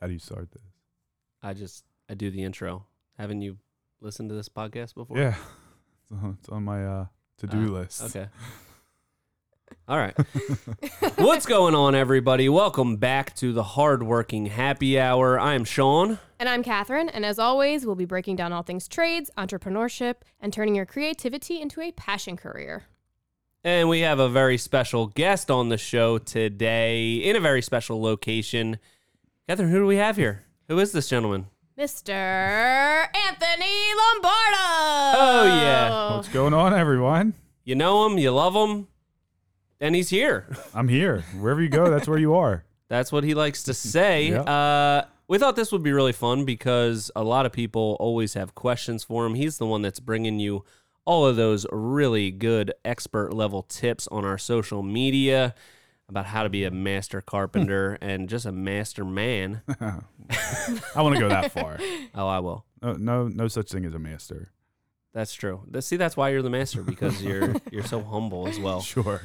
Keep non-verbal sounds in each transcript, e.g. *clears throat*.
How do you start this? I just I do the intro. Haven't you listened to this podcast before? Yeah, it's on, it's on my uh, to-do Ah, list. Okay. *laughs* All right. *laughs* What's going on, everybody? Welcome back to the Hardworking Happy Hour. I am Sean. And I'm Catherine, and as always, we'll be breaking down all things trades, entrepreneurship, and turning your creativity into a passion career. And we have a very special guest on the show today in a very special location. Catherine, who do we have here? Who is this gentleman? Mr. Anthony Lombardo! Oh, yeah. What's going on, everyone? You know him, you love him, and he's here. I'm here. Wherever you go, that's where you are. *laughs* That's what he likes to say. Yeah. uh, we thought this would be really fun because a lot of people always have questions for him. He's the one that's bringing you all of those really good expert level tips on our social media about how to be a master carpenter and just a master man. I want to go that far. Oh, I will. No, no, no such thing as a master. That's true. Th- See, that's why you're the master because you're you're so humble as well. Sure.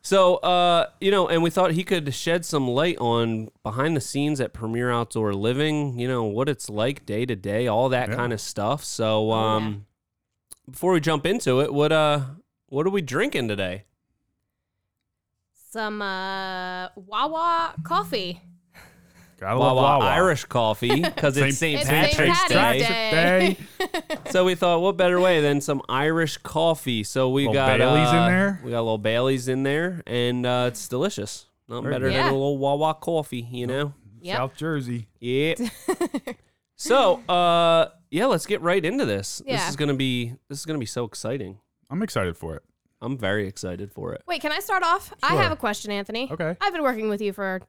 So, uh, you know, and we thought he could shed some light on behind the scenes at Premier Outdoor Living, you know, what it's like day to day, all that Yeah. kind of stuff. So, Oh, yeah. um, before we jump into it, what uh, what are we drinking today? Some uh, Wawa coffee. Gotta Wawa love Wawa. Irish coffee because it's St. It's Patrick's, St. Patrick's Day. Day. So we thought, what better way than some Irish coffee? So we Little got Baileys in uh, there? We got a little Bailey's in there, and uh, it's delicious. Nothing Very better good. than Yeah. a little Wawa coffee, you know. *laughs* Yep. South Jersey. Yeah. *laughs* so, uh, yeah, let's get right into this. This Yeah. is gonna be this is gonna be so exciting. I'm excited for it. I'm very excited for it. Wait, can I start off? I Sure. have a question, Anthony. Okay. I've been working with you for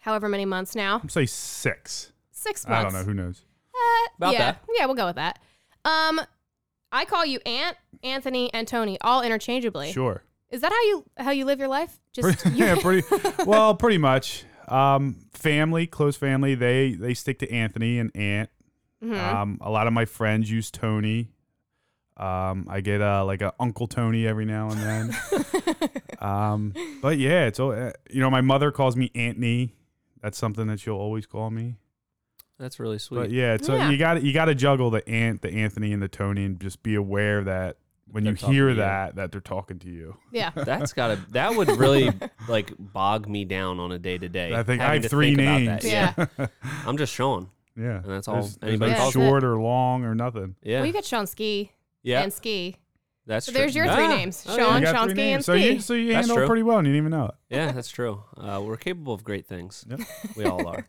however many months now. I'm say six. Six I months. don't know. Who knows? Uh, About yeah, that. yeah, we'll go with that. Um, I call you Aunt, Anthony, and Tony, all interchangeably. Sure. Is that how you how you live your life? Just *laughs* you, *laughs* yeah, pretty well, pretty much. Um, family, close family, they they stick to Anthony and Aunt. Um, a lot of my friends use Tony. Um, I get uh, like a Uncle Tony every now and then. um, but yeah, it's all uh, you know. My mother calls me Antony. That's something that she'll always call me. That's really But sweet. yeah, it's uh Yeah. you got you got to juggle the Ant, the Anthony, and the Tony, and just be aware that when They're you talking to hear you. that, that they're talking to you. *laughs* yeah. That's gotta that would really like bog me down on a day to day. I think I have having to three about names. That. Yeah. Yeah. I'm just Sean. Yeah, And that's all There's, there's anybody no calls me. short or long or nothing. Yeah. Well, you got Sean Ski yeah. and Ski. that's So true. there's your three Ah, names: oh, Sean, You got Sean three Ski, and names. so Ski. you so you That's handle true. it pretty well and you didn't even know it. Yeah, that's true. Uh, we're capable of great things. We all are.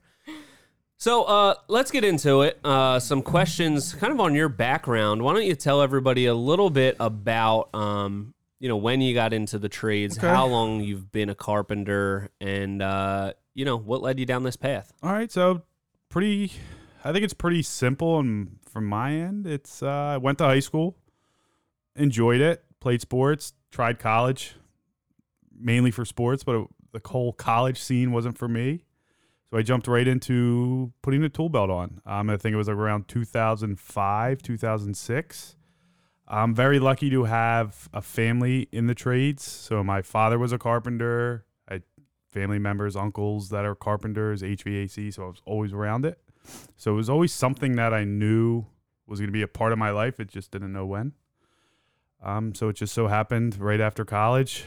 So uh, let's get into it. Uh, some questions, kind of on your background. Why don't you tell everybody a little bit about, um, you know, when you got into the trades, Okay. how long you've been a carpenter, and uh, you know what led you down this path. All right, so pretty I think it's pretty simple and from my end, it's uh I went to high school, enjoyed it, played sports, tried college mainly for sports, but it, the whole college scene wasn't for me. So I jumped right into putting the tool belt on. Um, I think it was around 2005, 2006. I'm very lucky to have a family in the trades. So my father was a carpenter. I had family members, uncles that are carpenters, HVAC. So I was always around it. So it was always something that I knew was going to be a part of my life. It just didn't know when. Um, so it just so happened right after college,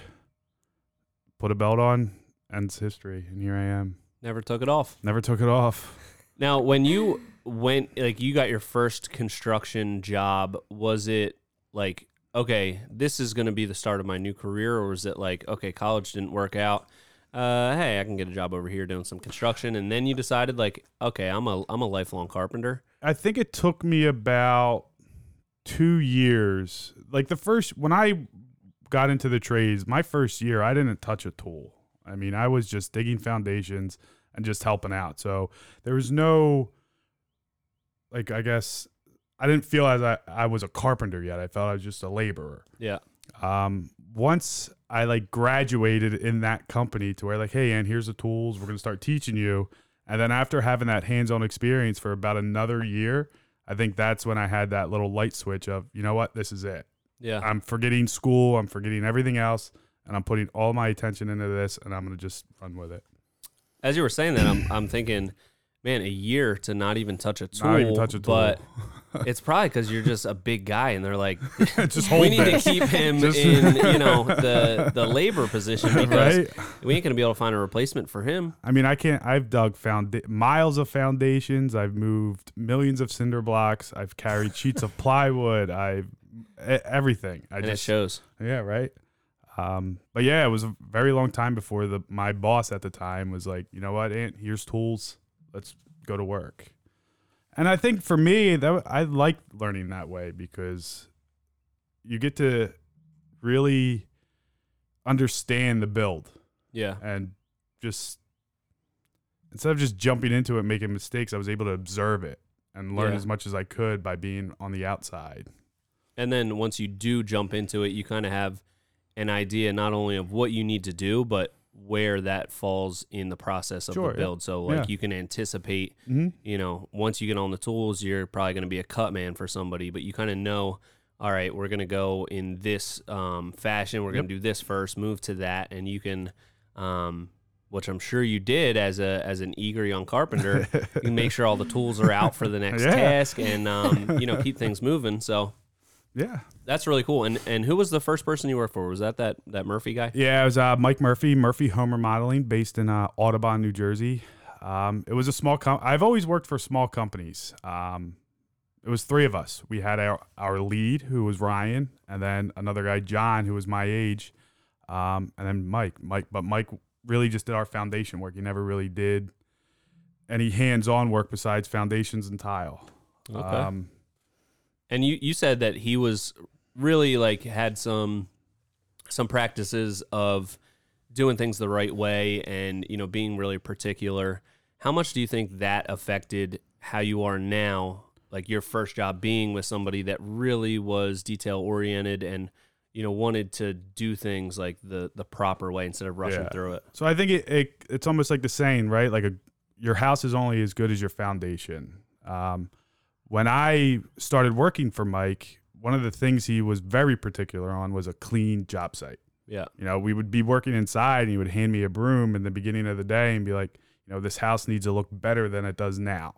put a belt on, ends history, and here I am. Never took it off. Never took it off. Now, when you went, like, you got your first construction job, was it like, okay, this is going to be the start of my new career? Or was it like, okay, college didn't work out? Uh, hey, I can get a job over here doing some construction, and then you decided like, okay, I'm a I'm a lifelong carpenter. I think it took me about two years. Like the first when I got into the trades, my first year, I didn't touch a tool. I mean, I was just digging foundations and just helping out. So there was no like I guess I didn't feel as I, I was a carpenter yet. I felt I was just a laborer Yeah, um, once I like graduated in that company to where like, hey, and here's the tools we're gonna start teaching you, and then after having that hands-on experience for about another year, I think that's when I had that little light switch of, you know what, this is it. yeah. I'm forgetting school, I'm forgetting everything else, and I'm putting all my attention into this, and I'm gonna just run with it. *laughs* As you were saying that, I'm I'm thinking, man, a year to not even touch a tool. Not even touch a tool. *laughs* But it's probably because you're just a big guy, and they're like, Just hold we need to that, keep him *laughs* Just- in, you know, the the labor position because right? we ain't gonna be able to find a replacement for him. I mean, I can't. I've dug found miles of foundations. I've moved millions of cinder blocks. I've carried sheets of plywood. I've e- everything. I And it just shows. yeah, right. Um, but yeah, it was a very long time before the my boss at the time was like, you know what, Ant, here's tools. Let's go to work. And I think for me, that wa- I like learning that way because you get to really understand the build Yeah. and just instead of just jumping into it and making mistakes i was able to observe it and learn Yeah. as much as i could by being on the outside And then once you do jump into it, you kind of have an idea not only of what you need to do, but where that falls in the process of Sure, the yeah. build. So like Yeah. you can anticipate, mm-hmm. you know, once you get on the tools, you're probably going to be a cut man for somebody, but you kind of know, all right, we're going to go in this um, fashion. We're going to do this first, move to that, and you can. Um, which I'm sure you did as a as an eager young *laughs* carpenter, you can make sure all the tools are out for the next Yeah. task, and um, you know keep things moving. So yeah that's really cool. And and who was the first person you worked for? Was that that, that Murphy guy? yeah it was uh, mike murphy murphy home remodeling based in uh, audubon new jersey um, it was a small com- i've always worked for small companies um, it was three of us we had our, our lead who was ryan and then another guy john who was my age um, and then mike mike but mike really just did our foundation work he never really did any hands-on work besides foundations and tile. Okay. Um, and you you said that he was really like had some some practices of doing things the right way and you know being really particular. How much do you think that affected how you are now? Like your first job being with somebody that really was detail oriented and you know wanted to do things like the the proper way instead of rushing Yeah. through it. so I think it, it it's almost like the saying, right? Like a your house is only as good as your foundation. Um, when I started working for Mike, one of the things he was very particular on was a clean job site. Yeah. You know, we would be working inside and he would hand me a broom in the beginning of the day and be like, you know, this house needs to look better than it does now.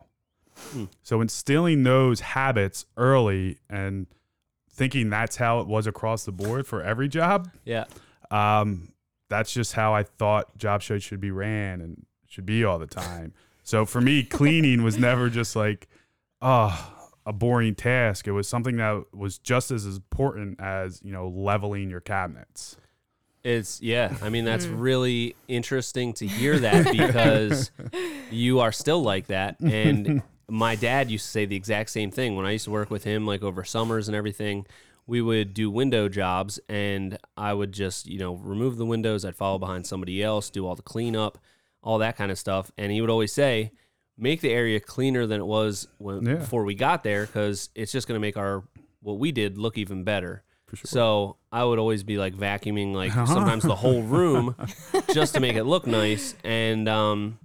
Hmm. So instilling those habits early and thinking that's how it was across the board for every job, Yeah. um, that's just how I thought job sites should be ran and should be all the time. so for me, cleaning was never just like, oh, a boring task. It was something that was just as important as, you know, leveling your cabinets. It's yeah. I mean, that's really interesting to hear that because you are still like that. And my dad used to say the exact same thing when I used to work with him, like over summers and everything. We would do window jobs, and I would just you know remove the windows. I'd follow behind somebody else, do all the cleanup, all that kind of stuff. And he would always say, "Make the area cleaner than it was when, Yeah. before we got there, because it's just going to make our what we did look even better." So I would always be like *laughs* vacuuming, like sometimes the whole room, just to make it look nice. And um,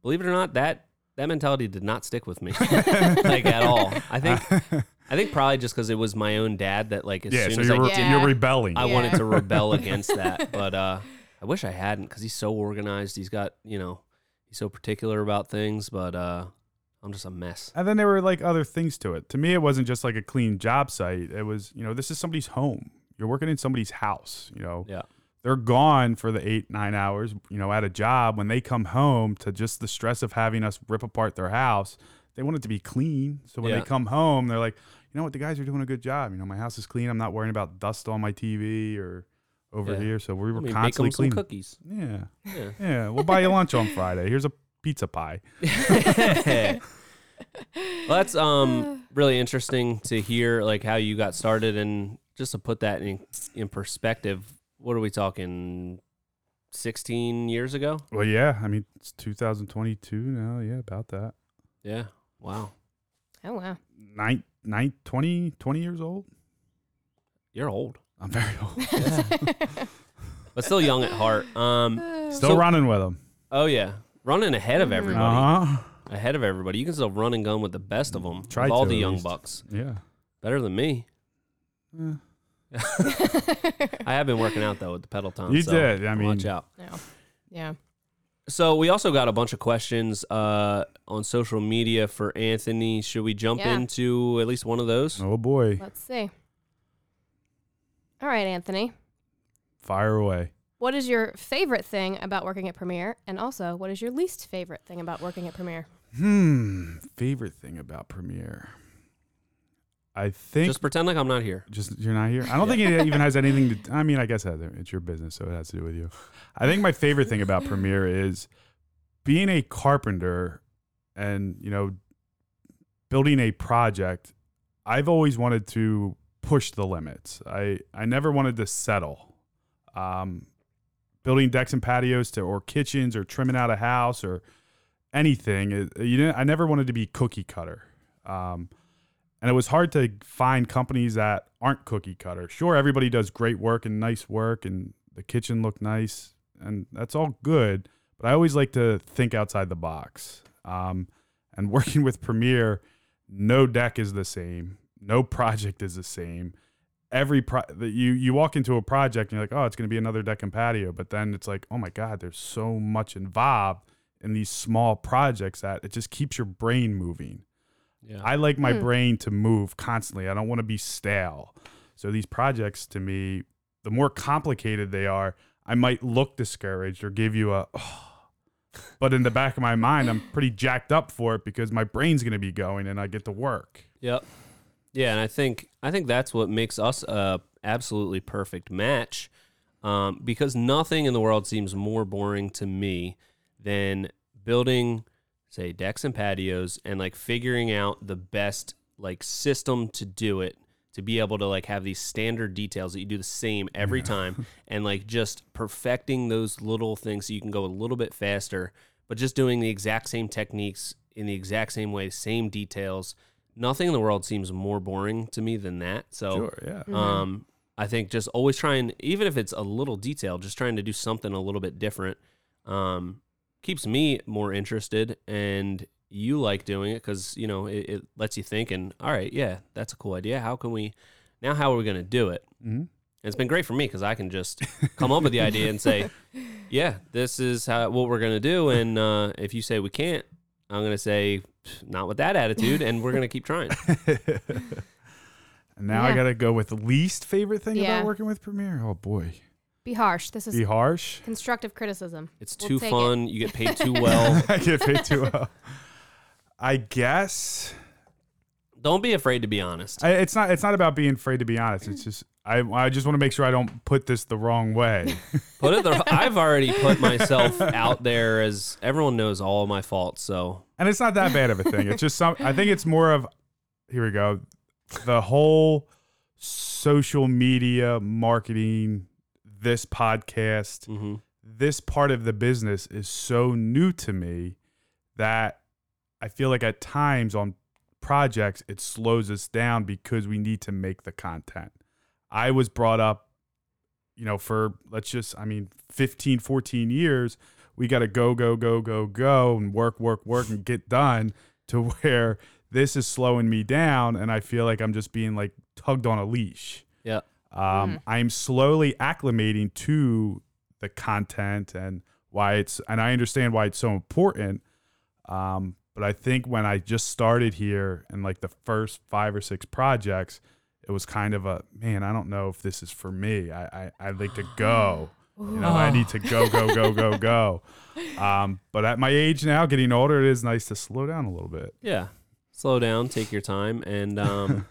believe it or not, that that mentality did not stick with *laughs* me, like at all. I think I think probably just because it was my own dad that like as Yeah, soon so as I, you're, did, re- didn't- you're rebelling. I Yeah. wanted to rebel against that. But uh, I wish I hadn't because he's so organized. He's got you know he's so particular about things. But uh, I'm just a mess. And then there were like other things to it. To me, it wasn't just like a clean job site. It was, you know, this is somebody's home. You're working in somebody's house. You know, Yeah. they're gone for the eight, nine hours, you know, at a job. When they come home to just the stress of having us rip apart their house, they want it to be clean. So when Yeah. they come home, they're like, you know what, the guys are doing a good job. You know, my house is clean. I'm not worrying about dust on my TV or over Yeah. here. So we were I mean, make constantly him some cleaning. cookies. yeah. Yeah. Yeah. We'll buy you lunch on Friday. Here's a pizza pie. well, *laughs* that's um really interesting to hear like how you got started and just to put that in in perspective what are we talking 16 years ago Well, yeah. I mean, it's 2022 now. Yeah, about that. yeah wow *laughs* Oh wow. *laughs* Nine, nine, 20, 20 years old. you're old I'm very *laughs* old. but still young at heart um *sighs* Still So- running with them. oh yeah running ahead of everybody Uh huh. ahead of everybody you can still run and gun with the best of them Try with all to, the at young least. bucks Yeah. better than me Yeah. i have been working out though with the pedal time You so did, I mean- watch out No. Yeah. So we also got a bunch of questions uh, on social media for Anthony. Should we jump Yeah. into at least one of those? Oh boy, Let's see. All right, Anthony. fire away. What is your favorite thing about working at Premiere? And also, what is your least favorite thing about working at Premiere? Hmm. Favorite thing about Premiere? I think Just pretend like I'm not here. just you're not here. I don't think it even has anything to. I mean, I guess it has- it's your business, so it has to do with you. I think my favorite thing about Premiere is being a carpenter and you know building a project. I've always wanted to push the limits. I I never wanted to settle. Um, building decks and patios to or kitchens or trimming out a house or anything. It, you know, I never wanted to be cookie cutter. Um, and it was hard to find companies that aren't cookie cutter. Sure, everybody does great work and nice work, and the kitchen looked nice, and that's all good. But I always like to think outside the box. Um, and *laughs* working with Premiere, no deck is the same, no project is the same. Every pro that you you walk into a project and you're like, oh, it's going to be another deck and patio, but then it's like, oh my god, there's so much involved in these small projects that it just keeps your brain moving. Yeah. I like my Hmm. brain to move constantly. I don't want to be stale. So these projects to me, the more complicated they are, I might look discouraged or give you a but in the back of my mind, I'm pretty jacked up for it because my brain's going to be going and I get to work. Yep. Yeah, and I think I think that's what makes us a absolutely perfect match, um, because nothing in the world seems more boring to me than building, say, decks and patios, and like figuring out the best like system to do it, to be able to like have these standard details that you do the same every time, and like just perfecting those little things so you can go a little bit faster, but just doing the exact same techniques in the exact same way, same details nothing in the world seems more boring to me than that. So, yeah. Mm-hmm. um, I think just always trying, even if it's a little detail, just trying to do something a little bit different, um, keeps me more interested. And you like doing it because you know it, it lets you think. And all right, yeah, that's a cool idea. How can we? Now, how are we going to do it? Mhm. And it's been great for me because I can just come up with the idea and *laughs* say, "Yeah, this is how, what we're gonna do." And uh, if you say we can't, I'm gonna say, "Pff, "Not with that attitude," and we're gonna keep trying. Mm-hmm. And now I Yeah. got to go with the least favorite thing Yeah. about working with Premiere. Oh boy. Be harsh. This is Be harsh. *laughs* constructive criticism. It's We'll too take it. fun. You get paid *laughs* too well. I get paid too well. I guess Don't be afraid to be honest. I, it's not. It's not about being afraid to be honest. It's just I. I just want to make sure I don't put this the wrong way. Put it. *laughs* The, I've already put myself out there as everyone knows all my faults. So and it's not that bad of a thing. It's just some. I think it's more of. Here we go. The whole social media marketing, this podcast, mhm. this part of the business is so new to me that I feel like at times on projects it slows us down because we need to make the content. I was brought up you know for let's just I mean 15 14 years we got to go go go go go and work work work and get done to *laughs* where this is slowing me down and I feel like I'm just being like tugged on a leash. yeah, Um, I'm slowly acclimating to the content and why it's, and I understand why it's so important. Um, but I think when I just started here and like the first five or six projects, it was kind of a man. I don't know if this is for me. I I, I like to go. You know, I need to go, go, go, go, go. Um, but at my age now, getting older, it is nice to slow down a little bit. yeah. Slow down. Take your time. *laughs* And um,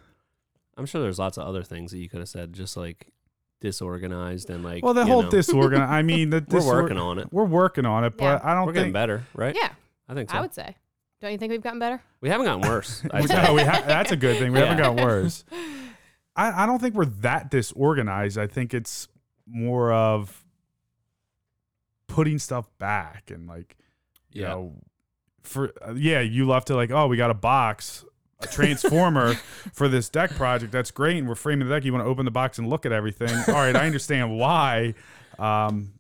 I'm sure there's lots of other things that you could have said, just like disorganized and like. Well, the you whole know, disorganized. I mean, the *laughs* We're disor- working on it. We're working on it, but I don't We're getting think better, right? Yeah, I think so. I would say. Don't you think we've gotten better? we haven't gotten *laughs* worse. I'd say. no, we ha- that's a good thing. We haven't Yeah. got worse. I, I don't think we're that disorganized. I think it's more of putting stuff back and like you Yeah. know for uh, yeah you left it like oh we got a box a *laughs* transformer for this deck project that's great and we're framing the deck you want to open the box and look at everything all right i understand why um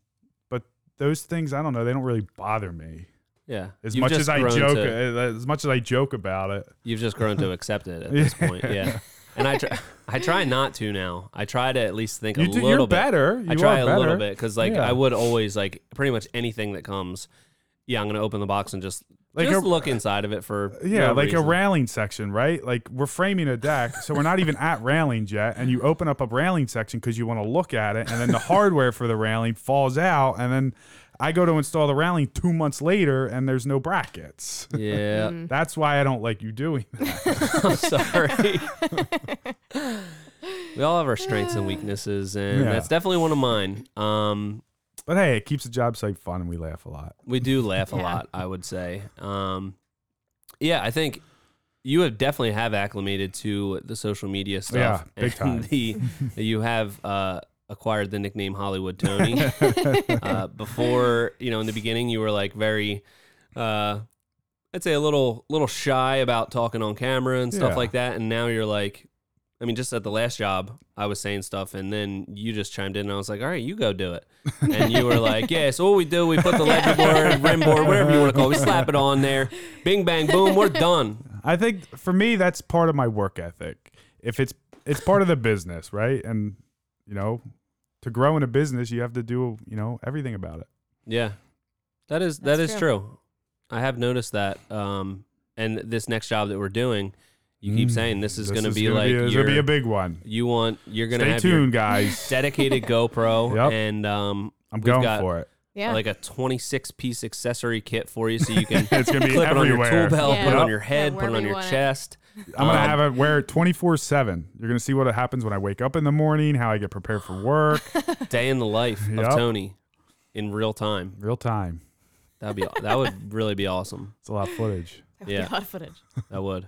but those things i don't know they don't really bother me Yeah. as You've much just as i grown joke uh, to- as much as i joke about it You've just grown *laughs* to accept it at this point, yeah. And I try, I try not to now. I try to at least think a you do, little you're bit. better you I try are a little better. bit because like Yeah. I would always like pretty much anything that comes yeah, I'm gonna open the box and just Like just a- look inside of it for Yeah, no like reason. a railing section, right? Like we're framing a deck, so we're not even at railings yet, and you open up a railing section because you want to look at it, and then the hardware for the railing falls out, and then I go to install the railing two months later, and there's no Mm-hmm. brackets. Yeah, That's why I don't like you doing that. *laughs* I'm sorry. we all have our strengths and weaknesses, and Yeah. that's definitely one of mine. Um, But hey, it keeps the job site fun, and we laugh a lot. we do laugh a Yeah. lot, I would say. Um, yeah, I think you have definitely have acclimated to the social media stuff. Yeah, big and time. The, you have uh, acquired the nickname *laughs* Hollywood Tony. uh, before, you know, in the beginning, you were like very, uh, I'd say a little little shy about talking on camera and stuff Yeah. like that. And now you're like, I mean, just at the last job, I was saying stuff, and then you just chimed in, and I was like, "All right, you go do it." And you were *laughs* like, "Yeah, so what we do, we put the legend board, rim board, whatever you want *laughs* to call, it, we slap it on there, bing bang boom, we're done." I think for me, that's part of my work ethic. If it's it's part of the business, right? And you know, to grow in a business, you have to do you know everything about it. Yeah, that is That's That's true. I have noticed that. Um, and this next job that we're doing, you keep Mm. saying this is going to is be gonna like a- this your, will be a big one. you want you're going to Stay have your tuned, guys. *laughs* dedicated GoPro *laughs* Yep. and um, I'm we've going got- for *laughs* it. Yeah. like a 26 piece accessory kit for you so *laughs* you can It's gonna be clip it on your everywhere. tool belt, Yeah. put it on Yep. your head, Yeah, put it wherever on you your want it. chest. I'm gonna Um, have it wear it 24 seven. You're gonna see what happens when I wake up in the morning, how I get prepared for *laughs* work, Day in the life of Yep. Tony in real time. real time. That'd be that would really be awesome. It's a lot of footage. That would be yeah. a lot of footage. That would.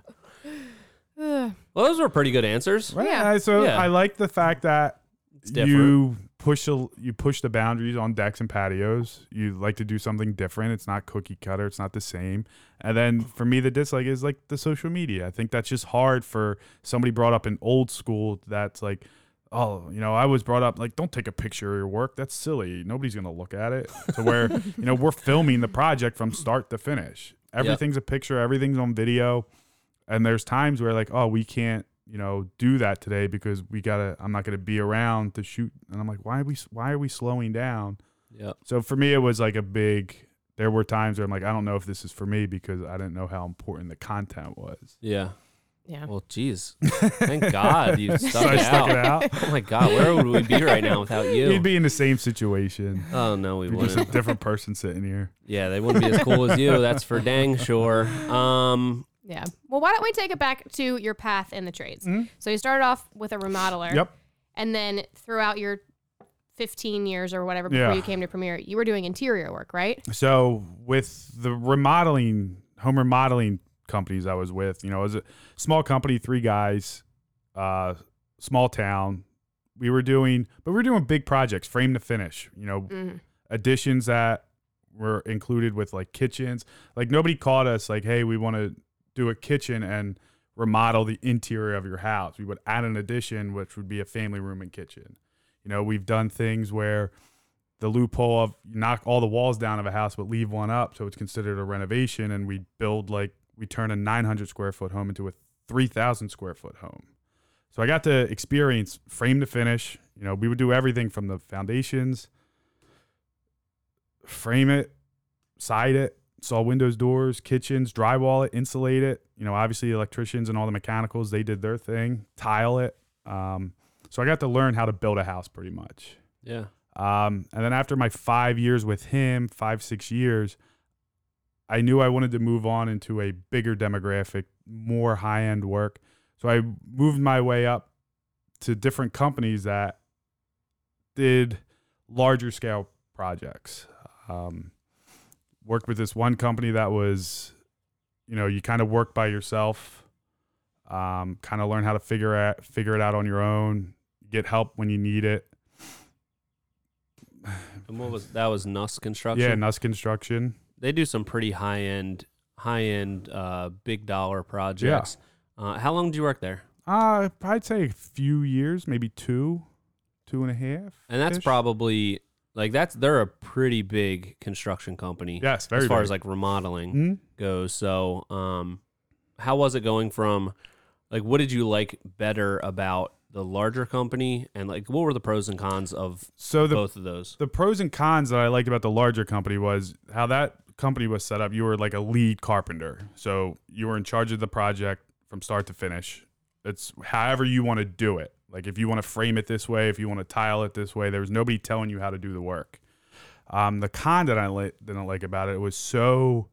Ugh. Well, those were pretty good answers. Right. Yeah. So Yeah. I like the fact that different. you push a, you push the boundaries on decks and patios. You like to do something different. It's not cookie cutter. It's not the same. And then for me, the dislike is like the social media. I think that's just hard for somebody brought up in old school. That's like. Oh, you know, I was brought up like, don't take a picture of your work. That's silly. Nobody's gonna look at it. To where, *laughs* you know, we're filming the project from start to finish. Everything's a picture. Everything's on video and there's times where like oh we can't you know do that today because we gotta i'm not gonna be around to shoot and i'm like why are we why are we slowing down Yep. so for me it was like a big there were times where i'm like i don't know if this is for me because i didn't know how important the content was Yeah. *sighs* Yeah. Well, geez. *laughs* Thank God you so stuck, i it, stuck out. it *laughs* out Oh my God, where would we be right now without you? you'd be in the same situation oh no, we you're just wouldn't. a different person sitting here Yeah, they wouldn't be as cool as you. That's for *laughs* dang sure. Um, Yeah. Well, why don't we take it back to your path in the trades? So you started off with a remodeler. yep And then throughout your 15 years or whatever before Yeah. you came to Premiere, you were doing interior work, right? So with the remodeling home remodeling companies I was with, you know, it was a small company, three guys, uh, small town. We were doing, but we were doing big projects, frame to finish. You know, Mhm. additions that were included with like kitchens. Like nobody called us like, "Hey, we want to do a kitchen and remodel the interior of your house." We would add an addition, which would be a family room and kitchen. You know, we've done things where the loophole of you knock all the walls down of a house but leave one up, so it's considered a renovation, and we build like we turn a 900 square foot home into a 3,000 square foot home. So I got to experience frame to finish. You know, we would do everything from the foundations frame it, side it, saw windows, doors, kitchens, drywall it, insulate it. You know, obviously electricians and all the mechanicals, they did their thing, tile it. Um, so I got to learn how to build a house pretty much. yeah. Um, and then after my five years with him, five, six years, I knew I wanted to move on into a bigger demographic, more high end work. So I moved my way up to different companies that did larger scale projects. Um, worked with this one company that was, you know, you kind of work by yourself, um, kind of learn how to figure out, figure it out on your own, get help when you need it. And what was that was Nuss Construction? Yeah, Nuss Construction. they do some pretty high end, high end, uh, big dollar projects. Uh, how long did you work there? Uh, I'd say a few years, maybe two, two and a half. And that's ish. probably like that's they're a pretty big construction company yes, very as far big. as like remodeling Mhm. goes. So, um, how was it going from like what did you like better about the larger company and like what were the pros and cons of so the both of those? the pros and cons that I liked about the larger company was how that company was set up, you were like a lead carpenter. So you were in charge of the project from start to finish. It's however you want to do it. Like if you want to frame it this way, if you want to tile it this way, there was nobody telling you how to do the work. Um, the con that I li- didn't like about it, it was so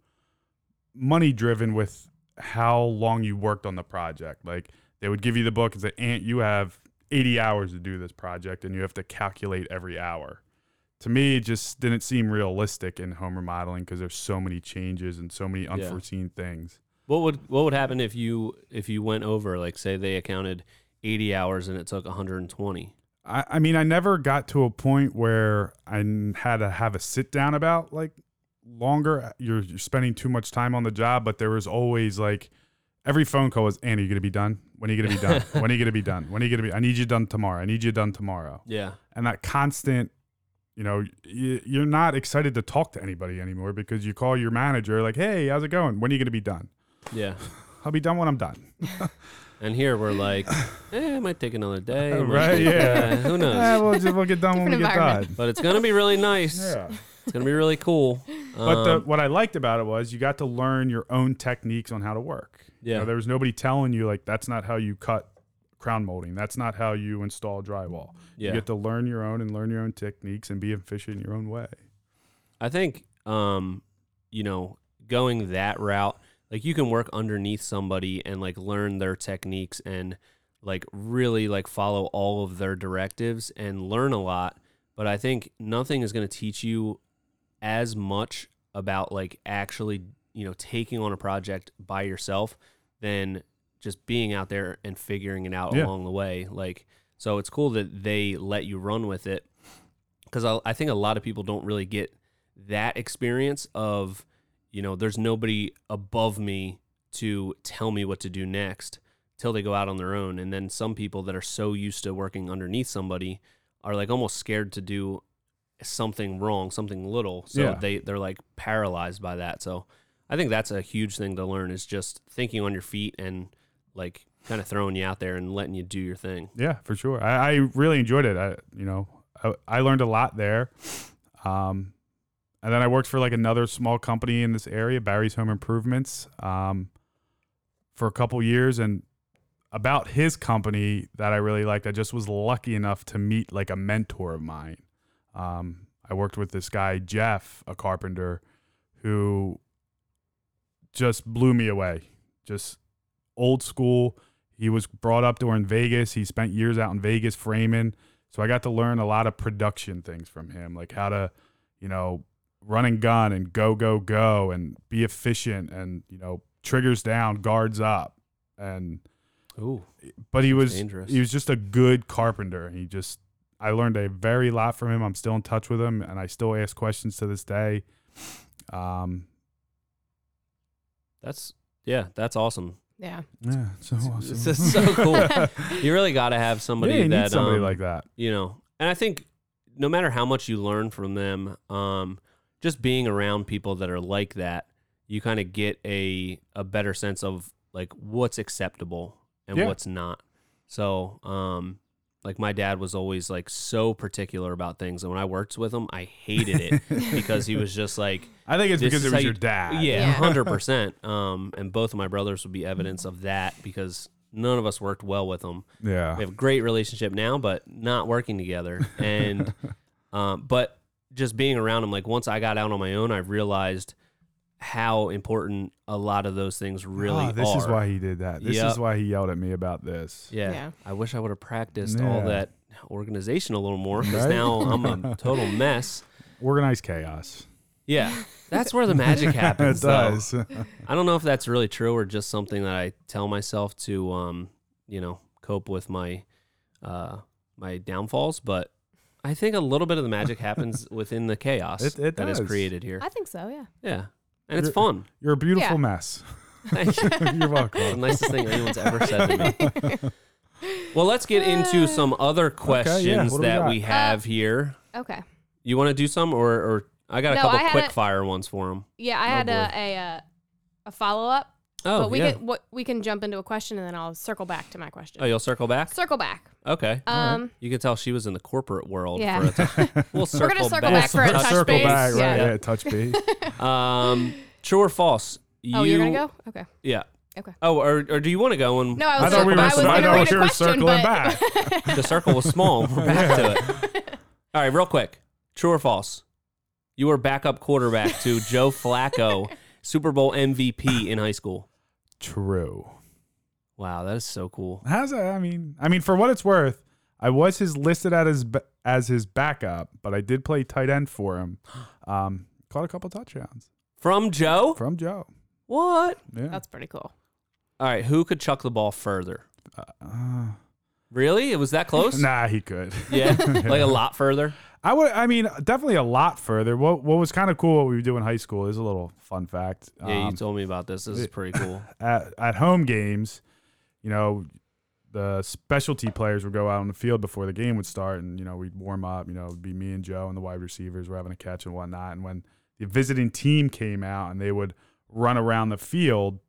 money driven with how long you worked on the project. Like they would give you the book and say, "Aunt, you have 80 hours to do this project, and you have to calculate every hour." To me, it just didn't seem realistic in home remodeling because there's so many changes and so many unforeseen things. What would what would happen if you if you went over like say they accounted 80 hours and it took 120? I, I mean, I never got to a point where I n- had to have a sit down about like longer. You're, you're spending too much time on the job, but there was always like every phone call was, "Annie, you gonna be done? When are you gonna be *laughs* done? when are you gonna be done? When are you gonna be? I need you done tomorrow. I need you done tomorrow." Yeah. And that constant, you know, y- you're not excited to talk to anybody anymore because you call your manager like, "Hey, how's it going? When are you gonna be done? Yeah. I'll be done when I'm *laughs* done." And here *laughs* we're like, eh, it might take another day. it might Right, *laughs* take- yeah. *laughs* who knows? "Eh, we'll, just, we'll get done when we Different get done. environment. But it's gonna be really nice. *laughs* Yeah. It's gonna be really cool. But the, Um, what I liked about it was you got to learn your own techniques on how to work. You Yeah. know, there was nobody telling you like that's not how you cut crown molding. That's not how you install drywall. Yeah. You get to learn your own and learn your own techniques and be efficient in your own way. I think, um, you know, going that route, like you can work underneath somebody and like learn their techniques and like really like follow all of their directives and learn a lot. But I think nothing is going to teach you as much about like actually, you know, taking on a project by yourself than just being out there and figuring it out Yeah. along the way. Like, so it's cool that they let you run with it because I, I think a lot of people don't really get that experience of you know there's nobody above me to tell me what to do next till they go out on their own and then some people that are so used to working underneath somebody are like almost scared to do something wrong something little so Yeah. they they're like paralyzed by that so i think that's a huge thing to learn is just thinking on your feet and like kind of throwing you out there and letting you do your thing Yeah, for sure. I, I really enjoyed it. I, you know, I, I learned a lot there. Um, and then I worked for like another small company in this area, Barry's Home Improvements, um, for a couple years. And about his company that I really liked, I just was lucky enough to meet like a mentor of mine. Um, I worked with this guy, Jeff, a carpenter, who just blew me away. Just old school. He was brought up during Vegas. He spent years out in Vegas framing. So I got to learn a lot of production things from him, like how to, you know, run and gun and go, go, go and be efficient and, you know, triggers down, guards up. And, Ooh. but he was, dangerous. he was just a good carpenter. He just, I learned a very lot from him. I'm still in touch with him and I still ask questions to this day. Um, that's yeah that's awesome Yeah. yeah, so awesome. It's just so cool. *laughs* you really got to have somebody yeah, you that need somebody um, like that. you know. And I think no matter how much you learn from them, um, just being around people that are like that, you kind of get a a better sense of like what's acceptable and Yeah. what's not. So, um, like my dad was always like so particular about things, and when I worked with him, I hated *laughs* it because *laughs* he was just like I think it's This because is it how was you- your dad. yeah, Yeah. *laughs* hundred percent. Um, and both of my brothers would be evidence of that because none of us worked well with them. Yeah. We have a great relationship now, but not working together. *laughs* And um, but just being around them, like once I got out on my own, I realized how important a lot of those things really Ah, this are. is why he did that. This Yep. is why he yelled at me about this. Yeah. Yeah. I wish I would have practiced all Yeah. that organization a little more because Right? now I'm *laughs* a total mess. Organized chaos. *laughs* Yeah. *laughs* That's where the magic happens. it does. Though. I don't know if that's really true or just something that I tell myself to um, you know, cope with my uh my downfalls, but I think a little bit of the magic *laughs* happens within the chaos It- it that is does. created here. I think so. Yeah. Yeah. And it's You're- fun. You're a beautiful *laughs* Yeah. mess. *laughs* Thank you. You're It's the welcome. nicest thing anyone's ever said to me. *laughs* Well, let's get Uh, into some other questions what do we that got? we have here. Okay. You want to do some, or or I got a No, I couple had quick a- fire ones for him. Yeah, I Oh, had a boy. a, uh, a follow up Oh, but we yeah. can what, we can jump into a question and then I'll circle back to my question. Oh, you'll circle back. Circle back. Okay. Um, You can tell she was in the corporate world Yeah. for a *laughs* time. We'll circle We're gonna circle back. back for a touch circle base. back, right? Yeah. Yeah, touch base. Um, true or false? You, Oh, you're gonna go? Okay. Yeah. Okay. Oh, or, or do you want to go? And No, I I was, thought we gonna, were, I was I gonna thought read we a were question, circling but back. *laughs* *laughs* the circle was small. We're back to it. All right, real quick. True or false? You were backup quarterback *laughs* to Joe Flacco, Super Bowl MVP in high school. True. Wow, that is so cool. How's that? I mean, I mean, for what it's worth, I was his listed at his ba- as his backup, but I did play tight end for him. Um, caught a couple touchdowns From Joe? from Joe. What? Yeah. that's pretty cool. All right, who could chuck the ball further? Uh, Really? It was that close? nah, he could. Yeah, *laughs* like a lot further. I would. I mean, definitely a lot further. What What was kind of cool, what we do in high school, is a little fun fact. Yeah, Um, you told me about this. This is pretty *laughs* cool. at, at home games, you know, the specialty players would go out on the field before the game would start, and you know, we'd warm up. You know, it'd be me and Joe and the wide receivers were having a catch and whatnot. And when the visiting team came out and they would run around the field,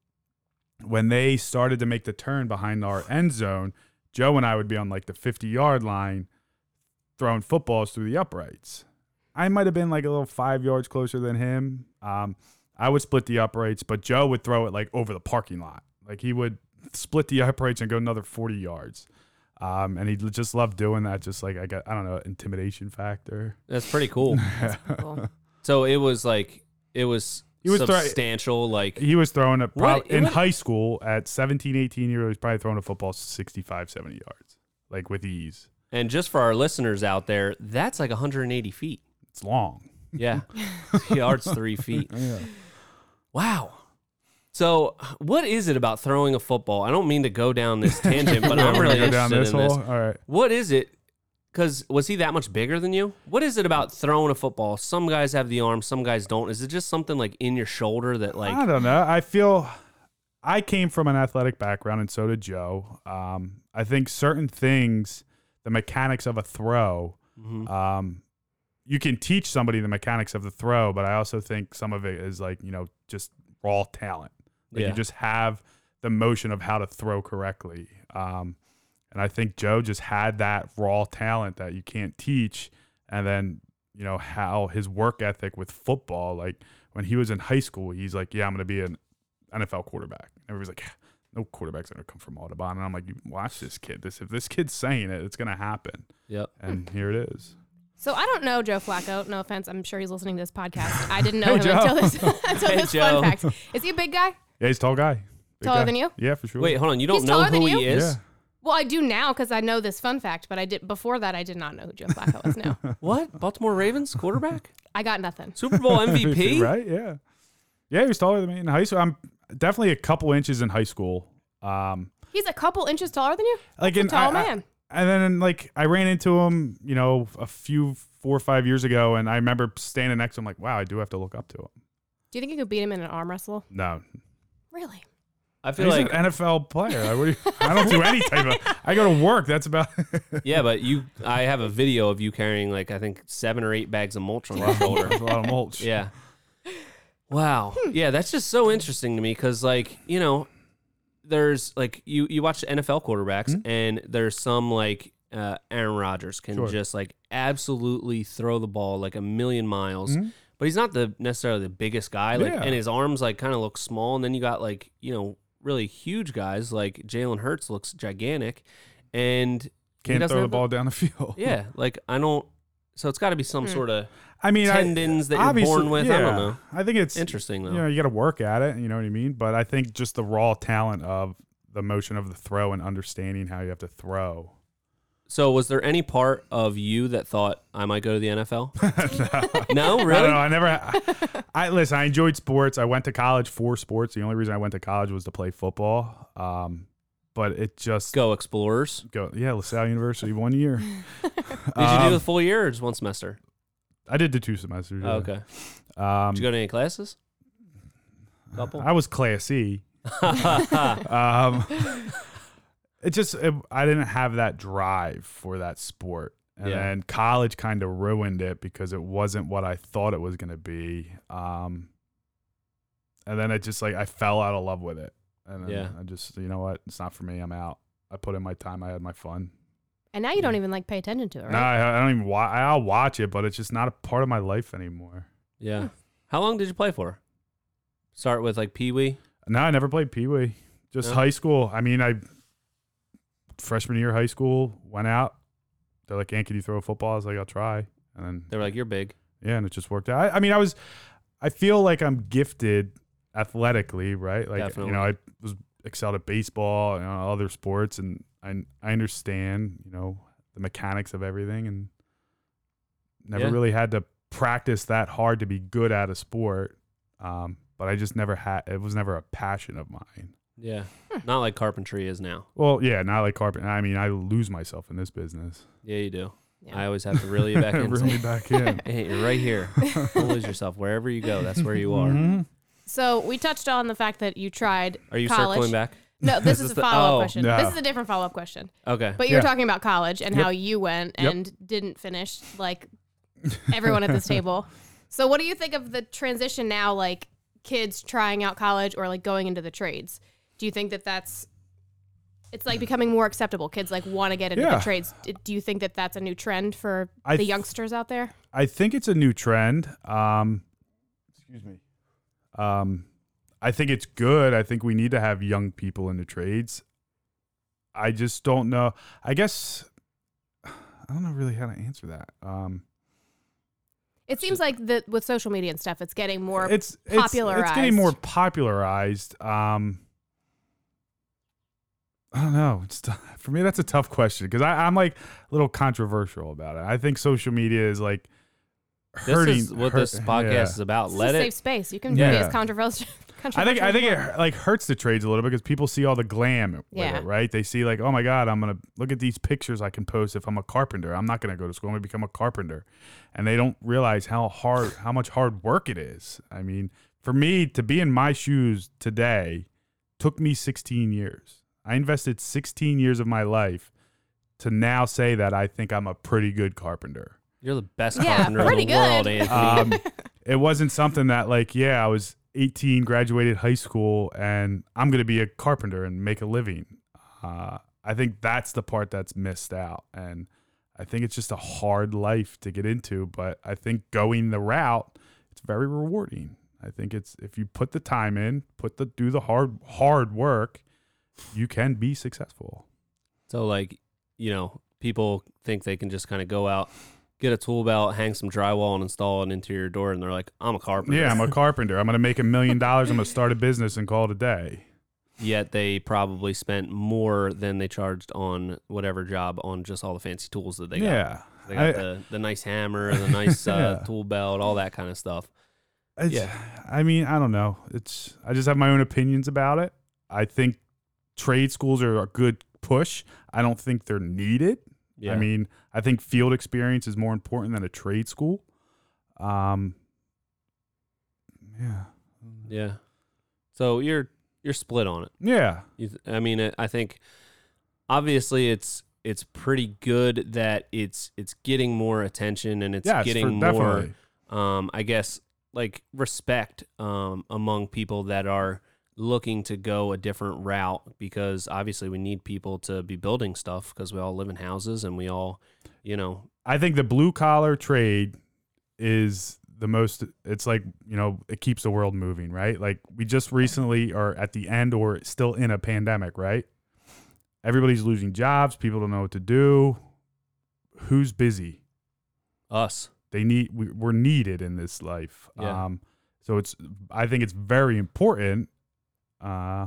when they started to make the turn behind our end zone, Joe and I would be on like the fifty yard line, throwing footballs through the uprights. I might have been like a little five yards closer than him. Um, I would split the uprights, but Joe would throw it like over the parking lot. Like he would split the uprights and go another 40 yards. Um, and he just loved doing that. Just like I got, I don't know, intimidation factor. That's pretty cool. Pretty cool. So it was like it was, He was throwing- substantial. like He was throwing it prob- What- in what- high school at 17, 18 years old. He's probably throwing a football 65, 70 yards, like with ease. And just for our listeners out there, that's like 180 feet. It's long. *laughs* Yeah. Yards three feet. Wow. So, what is it about throwing a football? I don't mean to go *laughs* down this tangent, but I'm Wanna really go interested down this in hole. this. All right. What is it? Because was he that much bigger than you? What is it about throwing a football? Some guys have the arm, some guys don't. Is it just something like in your shoulder that, I like, don't know. I feel I came from an athletic background, and so did Joe. Um, I think certain things, the mechanics of a throw, Mhm. um, you can teach somebody the mechanics of the throw, but I also think some of it is like you know just raw talent. Like Yeah. you just have the motion of how to throw correctly. Um, and I think Joe just had that raw talent that you can't teach. And then, you know, how his work ethic with football, like when he was in high school, he's like, yeah, I'm going to be an NFL quarterback. And everybody's like, no quarterback's going to come from Audubon. And I'm like, you watch this kid. This If this kid's saying it, it's going to happen. yep. And here it is. So I don't know Joe Flacco. No offense. I'm sure he's listening to this podcast. *laughs* I didn't Hey, know him Joe. until this *laughs* until Hey, this Joe. fun fact. Is he a big guy? Yeah, he's a tall guy. Big Taller guy. than you? Yeah, for sure. Wait, hold on. You don't He's know taller than who he you? is? Well, I do now because I know this fun fact, but I did before that. I did not know who Joe Flacco was. No, What? Baltimore Ravens *laughs* quarterback? I got nothing. Super Bowl MVP? right? Yeah. Yeah, he was taller than me in high school. I'm definitely a couple inches in high school. Um, He's a couple inches taller than you. like He's in, a tall Mm, I- I- man. and then like I ran into him, you know, a few four or five years ago, and I remember standing next to him, like, wow, I do have to look up to him. do you think you could beat him in an arm wrestle? No, Really? I feel he's like an NFL player. I, what *laughs* do you- I don't do any type of. I go to work. That's about. *laughs* Yeah, but you, I have a video of you carrying like I think seven or eight bags of mulch on your shoulder. That's a lot of mulch. yeah. Wow. Hmm. Yeah, that's just so interesting to me because, like, you know, there's like you you watch NFL quarterbacks and there's some like uh, Aaron Rodgers can Hmm? Sure. just like absolutely throw the ball like a million miles. But he's not the necessarily the biggest guy, like, Hmm? Yeah. and his arms like kind of look small. And then you got like you know really huge guys like Jalen Hurts looks gigantic, and he can't doesn't throw the have ball down the field. yeah, like I don't. So it's got to be some sort of Hmm. I mean, I- Tendons that you're obviously- born with, I don't yeah. know. I think it's interesting though. you know, you got to work at it. You know what I mean? But I think just the raw talent of the motion of the throw and understanding how you have to throw. So was there any part of you that thought I might go to the NFL? *laughs* no. I really. don't know. I never. I, *laughs* I listen. I enjoyed sports. I went to college for sports. The only reason I went to college was to play football. Um, but it just Go Explorers. go. Yeah, LaSalle University. One *laughs* year. Did you do the full year or just one semester? I did the two semesters. Oh, okay. yeah. Um, Did you go to any classes? Couple. *laughs* I was class E. um, *laughs* it just it, I didn't have that drive for that sport, and Yeah. then college kind of ruined it because it wasn't what I thought it was going to be. Um, and then it just like I fell out of love with it. And then Yeah. I just, you know what? It's not for me. I'm out. I put in my time. I had my fun. And now you don't even like pay attention to it, right? No, I, I don't even watch. I'll watch it, but it's just not a part of my life anymore. Yeah. How long did you play for? Start with like Pee Wee. No, I never played Pee Wee. Just No? high school. I mean, I freshman year of high school went out. They're like, "Ann, can you throw a football?" I was like, "I'll try," and then They were like, "You're big." yeah, and it just worked out. I, I mean, I was, I feel like I'm gifted athletically, right? Like Definitely. you know, I was excelled at baseball and all other sports, and I I understand you know the mechanics of everything, and never Yeah. really had to practice that hard to be good at a sport. Um, but I just never had. It was never a passion of mine. Yeah. Not like carpentry is now. Well, yeah, not like carpet. I mean, I lose myself in this business. Yeah, you do. Yeah. I always have to reel you back in. *laughs* Reel me back in. Hey, you're right here. Don't lose yourself. Wherever you go, *laughs* that's where you are. Mhm. So we touched on the fact that you tried. Are you college. circling back? No, This this, is is a the- follow up oh. question. No. This is a different follow up question. Okay. But you were Yeah. talking about college and Yep. how you went Yep. and didn't finish like everyone at this table. So what do you think of the transition now like kids trying out college or like going into the trades? Do you think that that's it's like becoming more acceptable. Kids like want to get into Yeah. the trades. D- Do you think that that's a new trend for I the th- youngsters out there? I think it's a new trend. Um, Excuse me. Um, I think it's good. I think we need to have young people in the trades. I just don't know. I guess *sighs* I don't know really how to answer that. Um, It seems like that with social media and stuff, it's getting more. it's it's, it's getting popularized. more popularized. Um, I don't know. It's t- *laughs* for me that's a tough question because I'm like a little controversial about it. I think social media is like hurting. this is what hurt- this *laughs* podcast yeah. is about. it's Let a it. safe space. You can Yeah. be as controversial. *laughs* I think I controversial think as it you want. like hurts the trades a little bit because people see all the glam with Yeah. it, right? They see like, oh my god, I'm gonna look at these pictures I can post if I'm a carpenter. I'm not gonna go to school. I'm gonna become a carpenter, and they don't realize how hard, how much hard work it is. I mean, for me to be in my shoes today took me 16 years. I invested 16 years of my life to now say that I think I'm a pretty good carpenter You're the best Yeah, carpenter in the pretty good. world, Anthony. *laughs* um, it wasn't something that like yeah i was 18 graduated high school and i'm going to be a carpenter and make a living uh, i think that's the part that's missed out and i think it's just a hard life to get into but i think going the route it's very rewarding i think it's if you put the time in put the do the hard hard work you can be successful so, like, you know, people think they can just kind of go out, get a tool belt, hang some drywall, and install an interior door, and they're like, "I'm a carpenter." yeah i'm *laughs* a carpenter i'm going to make a million dollars i'm going to start a business and call it a day Yet they probably spent more than they charged on whatever job on just all the fancy tools that they got. yeah They got I- the, the nice hammer, the *laughs* nice uh, Yeah. tool belt, all that kind of stuff. It's, Yeah. I mean, I don't know. It's I just have my own opinions about it. I think trade schools are a good push. I don't think they're needed. Yeah. I mean, I think field experience is more important than a trade school. Um Yeah. yeah. So you're you're split on it. Yeah. You th- I mean, I- I think obviously it's it's pretty good that it's it's getting more attention and it's Yes, getting for- more, definitely. um, I guess, like respect um, among people that are looking to go a different route because obviously we need people to be building stuff because we all live in houses and we all, you know, I think the blue collar trade is the most it's like you know it keeps the world moving right like we just recently are at the end or still in a pandemic right everybody's losing jobs people don't know what to do who's busy us. they need we, we're needed in this life Yeah. um so it's i think it's very important uh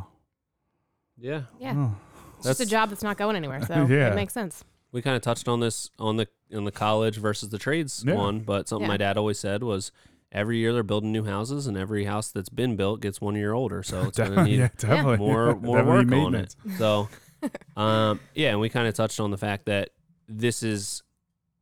Yeah. Yeah. oh, It's just a That's- job that's not going anywhere, *laughs* so Yeah. it makes sense. we kind of touched on this on the on the college versus the trades Yeah. one, but something Yeah. my dad always said was every year they're building new houses, and every house that's been built gets one year older, so *laughs* it's going to need yeah, definitely. *laughs* more more Definitely work on it. maintenance. *laughs* So, um, yeah, and we kind of touched on the fact that this is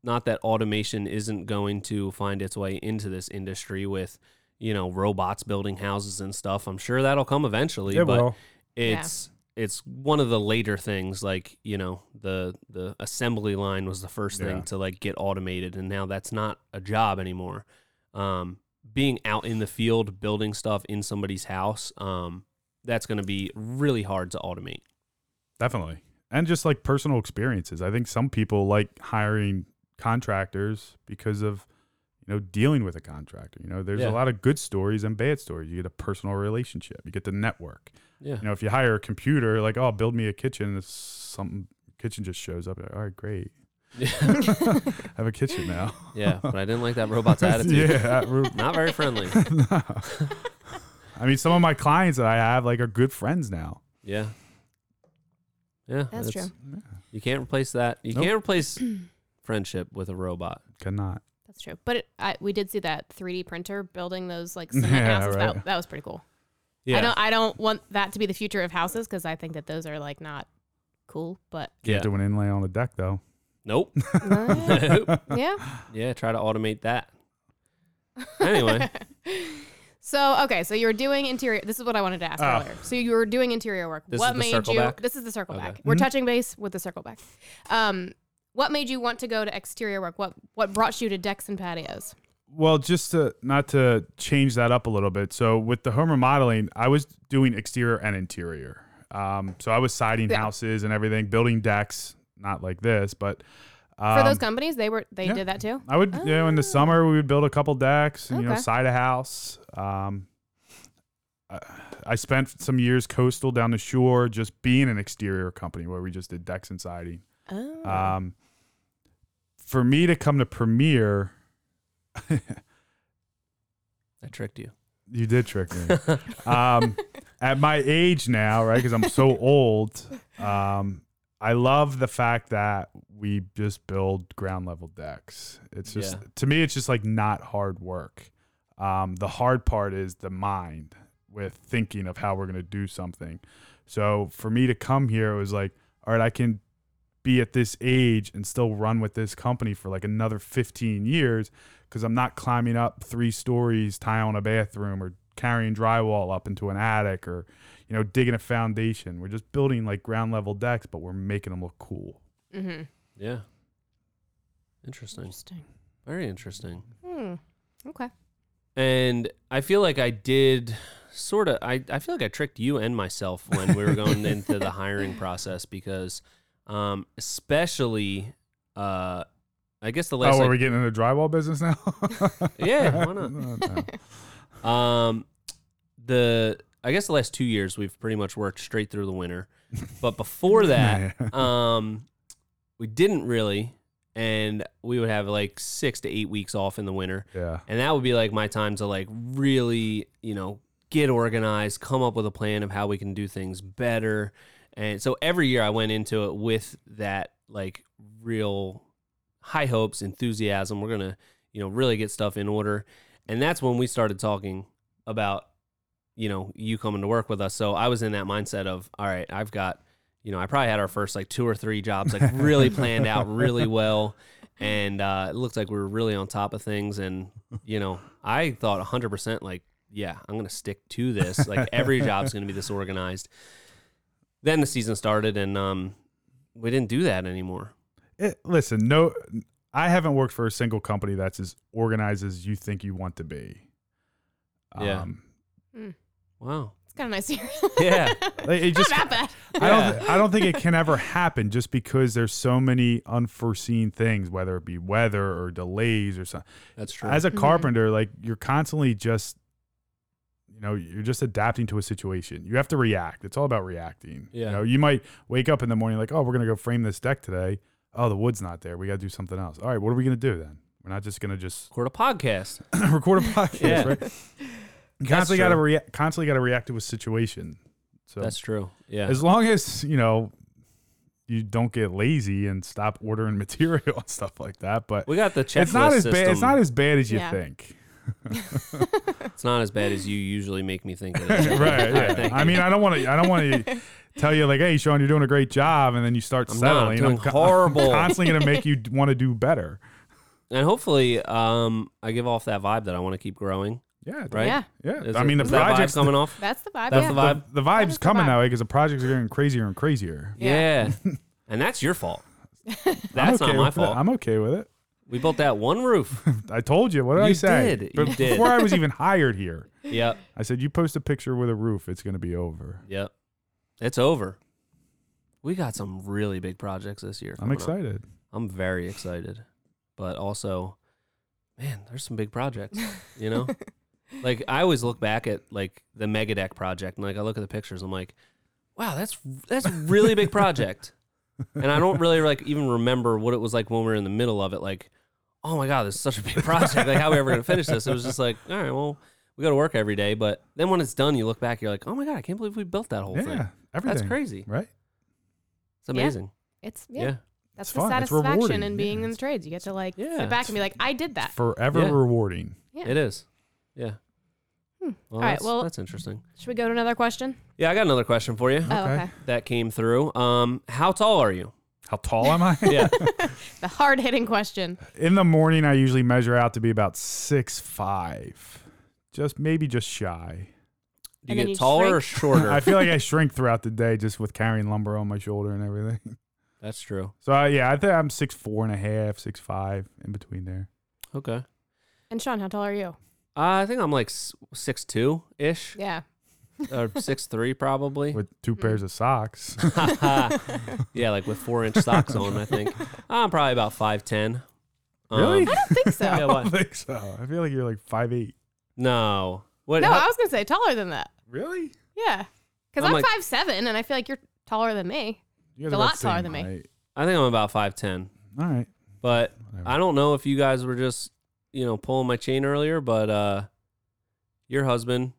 not that automation isn't going to find its way into this industry with you know robots building houses and stuff. I'm sure that'll come eventually, yeah but well it's it's one of the later things like you know the the assembly line was the first thing Yeah. to like get automated and now that's not a job anymore um being out in the field building stuff in somebody's house um that's going to be really hard to automate. Definitely. And just like personal experiences. I think some people like hiring contractors because of, you know, dealing with a contractor. You know, there's Yeah. a lot of good stories and bad stories. You get a personal relationship, you get the network. Yeah. You know, if you hire a computer, like, oh, build me a kitchen, it's something, kitchen just shows up. Like, All right, great. *laughs* I *laughs* have a kitchen now. yeah, but I didn't like that robot's *laughs* attitude. yeah. we're- Not very friendly. *laughs* no. I mean, some of my clients that I have like are good friends now. Yeah. Yeah. That's true. You can't replace that. You Nope. can't replace friendship with a robot. Cannot. That's true. But it, I, we did see that 3D printer building *laughs* those like cement Yeah, houses. right. That, that was pretty cool. Yeah. I don't I don't want that to be the future of houses because I think that those are like not cool. *laughs* But Can't yeah. do an inlay on a deck though. Nope. Uh, *laughs* Nope. yeah. yeah. Try to automate that. Anyway. So okay, so you were doing interior. This is what I wanted to ask Oh. earlier. So you were doing interior work. This what is the made circle you? back? This is the circle Okay. back. We're Mhm. touching base with the circle back. Um, what made you want to go to exterior work? What what brought you to decks and patios? Well, just to not to change that up a little bit. So with the home remodeling, I was doing exterior and interior. Um, so I was siding Yeah. houses and everything, building decks, not like this, but um, For those companies, they were they yeah. did that too. I would, you know, in the summer we would build a couple decks, you know, Okay. side a house. Um, I- I spent some years coastal down the shore, just being an exterior company where we just did decks and siding. Oh, Um, for me to come to Premiere, I tricked you. you did trick me. um, at my age now, right? Because I'm so old. Um, I love the fact that we just build ground level decks. It's just Yeah. to me, it's just like not hard work. Um, the hard part is the mind with thinking of how we're gonna do something. So for me to come here, it was like, all right, I can be at this age and still run with this company for like another 15 years because I'm not climbing up three stories, tie on a bathroom, or carrying drywall up into an attic, or you know, digging a foundation. We're just building like ground level decks, but we're making them look cool. mm-hmm. Yeah. Interesting. interesting. Very interesting. Hmm. Okay. And I feel like I did sort of I, I feel like I tricked you and myself when we were going into the hiring process because um especially uh I guess the last oh, I- are we getting into drywall business now? *laughs* Yeah, why not? No, no. Um, the I guess the last two years we've pretty much worked straight through the winter, but before *laughs* that, um, we didn't really, and we would have like six to eight weeks off in the winter, yeah, and that would be like my time to like really, you know, get organized, come up with a plan of how we can do things better, and so every year I went into it with that like real high hopes, enthusiasm. We're gonna, you know, really get stuff in order. And that's when we started talking about, you know, you coming to work with us. So I was in that mindset of, all right, I've got, you know, I probably had our first like two or three jobs like really planned out really well. And uh, it looked like we were really on top of things. And, you know, I thought 100% like, yeah, I'm going to stick to this. Like every job's going to be this organized. Then the season started and um, we didn't do that anymore. It- listen, no, I haven't worked for a single company that's as organized as you think you want to be. Yeah. Um, Wow. It's kind of nice *laughs* here. Yeah. like, it just Not bad. I Yeah. don't. I don't think it can ever happen just because there's so many unforeseen things, whether it be weather or delays or something. That's true. As a Mhm. carpenter, like you're constantly just, you know, you're just adapting to a situation. You have to react. It's all about reacting. Yeah. You know, you might wake up in the morning like, oh, we're gonna go frame this deck today. Oh, the wood's not there. We gotta do something else. All right, what are we gonna do then? We're not just gonna just *clears throat* record a podcast. record a podcast, Yeah. right? You constantly gotta true. react. Constantly gotta react to a situation. So *laughs* That's true. Yeah. as long as you know you don't get lazy and stop ordering *laughs* material and stuff like that but we got the checklist it's not as system. bad it's not as bad as you Yeah. think as bad as you usually make me think. *laughs* It right is. *laughs* yeah. thank i mean i don't want to i don't *laughs* want to tell you like hey sean you're doing a great job and then you start I'm not. I'm settling doing co- horrible. constantly going to make *laughs* you want to do better and hopefully, um, I give off that vibe that I want to keep growing. yeah Right? Yeah, yeah Is i it- mean the is that vibe project's coming off. that's the vibe. That's yeah. the vibe. the vibe's is the coming vibe. that way because the projects are getting crazier and crazier Yeah. Yeah. *laughs* and that's your fault. I'm That's okay not my with that. fault. i'm okay with it We built that *laughs* one roof. I told you. What did I You say? did. But You did. Before I was even hired here, yep. I said, "You post a picture with a roof, it's going to be over." Yep. It's over. We got some really big projects this year. I'm coming up. excited. I'm very excited. But also, man, there's some big projects, you know? like I always look back at like the Megadeck project and like I look at the pictures, I'm like, wow, that's that's a really big project. And I don't really like even remember what it was like when we were in the middle of it, like, oh my god, this is such a big project. Like how are we ever gonna finish this? It was just like, all right, well, we go to work every day, but then when it's done, you look back, you're like, oh my god, I can't believe we built that whole Yeah, thing. everything. That's crazy. right? It's amazing. It's yeah. Yeah. yeah. That's It's the fun. It's satisfaction rewarding. in being Yeah, in the it's- trades. You get to like Yeah, sit back it's- and be like, I did that. Forever Yeah. rewarding. Yeah. It is. Yeah. Hmm. Well, All right, that's- well- that's interesting. Should we go to another question? Yeah, I got another question for you Oh, Okay. okay. that came through. Um, how tall are *laughs* you? How tall am I? Yeah, The hard hitting question. *laughs* In the morning, I usually measure out to be about six five, just maybe just shy. do you And then get you taller or shorter? *laughs* I feel *laughs* like I shrink throughout the day just with carrying lumber on my shoulder and everything. *laughs* That's true. So uh, yeah, I think I'm six four and a half, six five in between there. Okay, uh, And Sean, how tall are you? I think I'm like six two ish Yeah. *laughs* or six three probably. with two Hmm. pairs of socks. *laughs* Um, yeah, like with four inch socks on. I think I'm probably about five ten. *laughs* Um, Really? I don't think *laughs* so. I Yeah, don't what? think so. I feel like you're like five eight. No. What? No, how- I was gonna say taller than that. Really? Yeah, because I'm I'm, like- five seven, and I feel like you're taller than me. You guys A are about lot the same taller than me. height. I think I'm about five ten. All right. But Whatever. I don't know if you guys were just you know pulling my chain earlier, but uh, your husband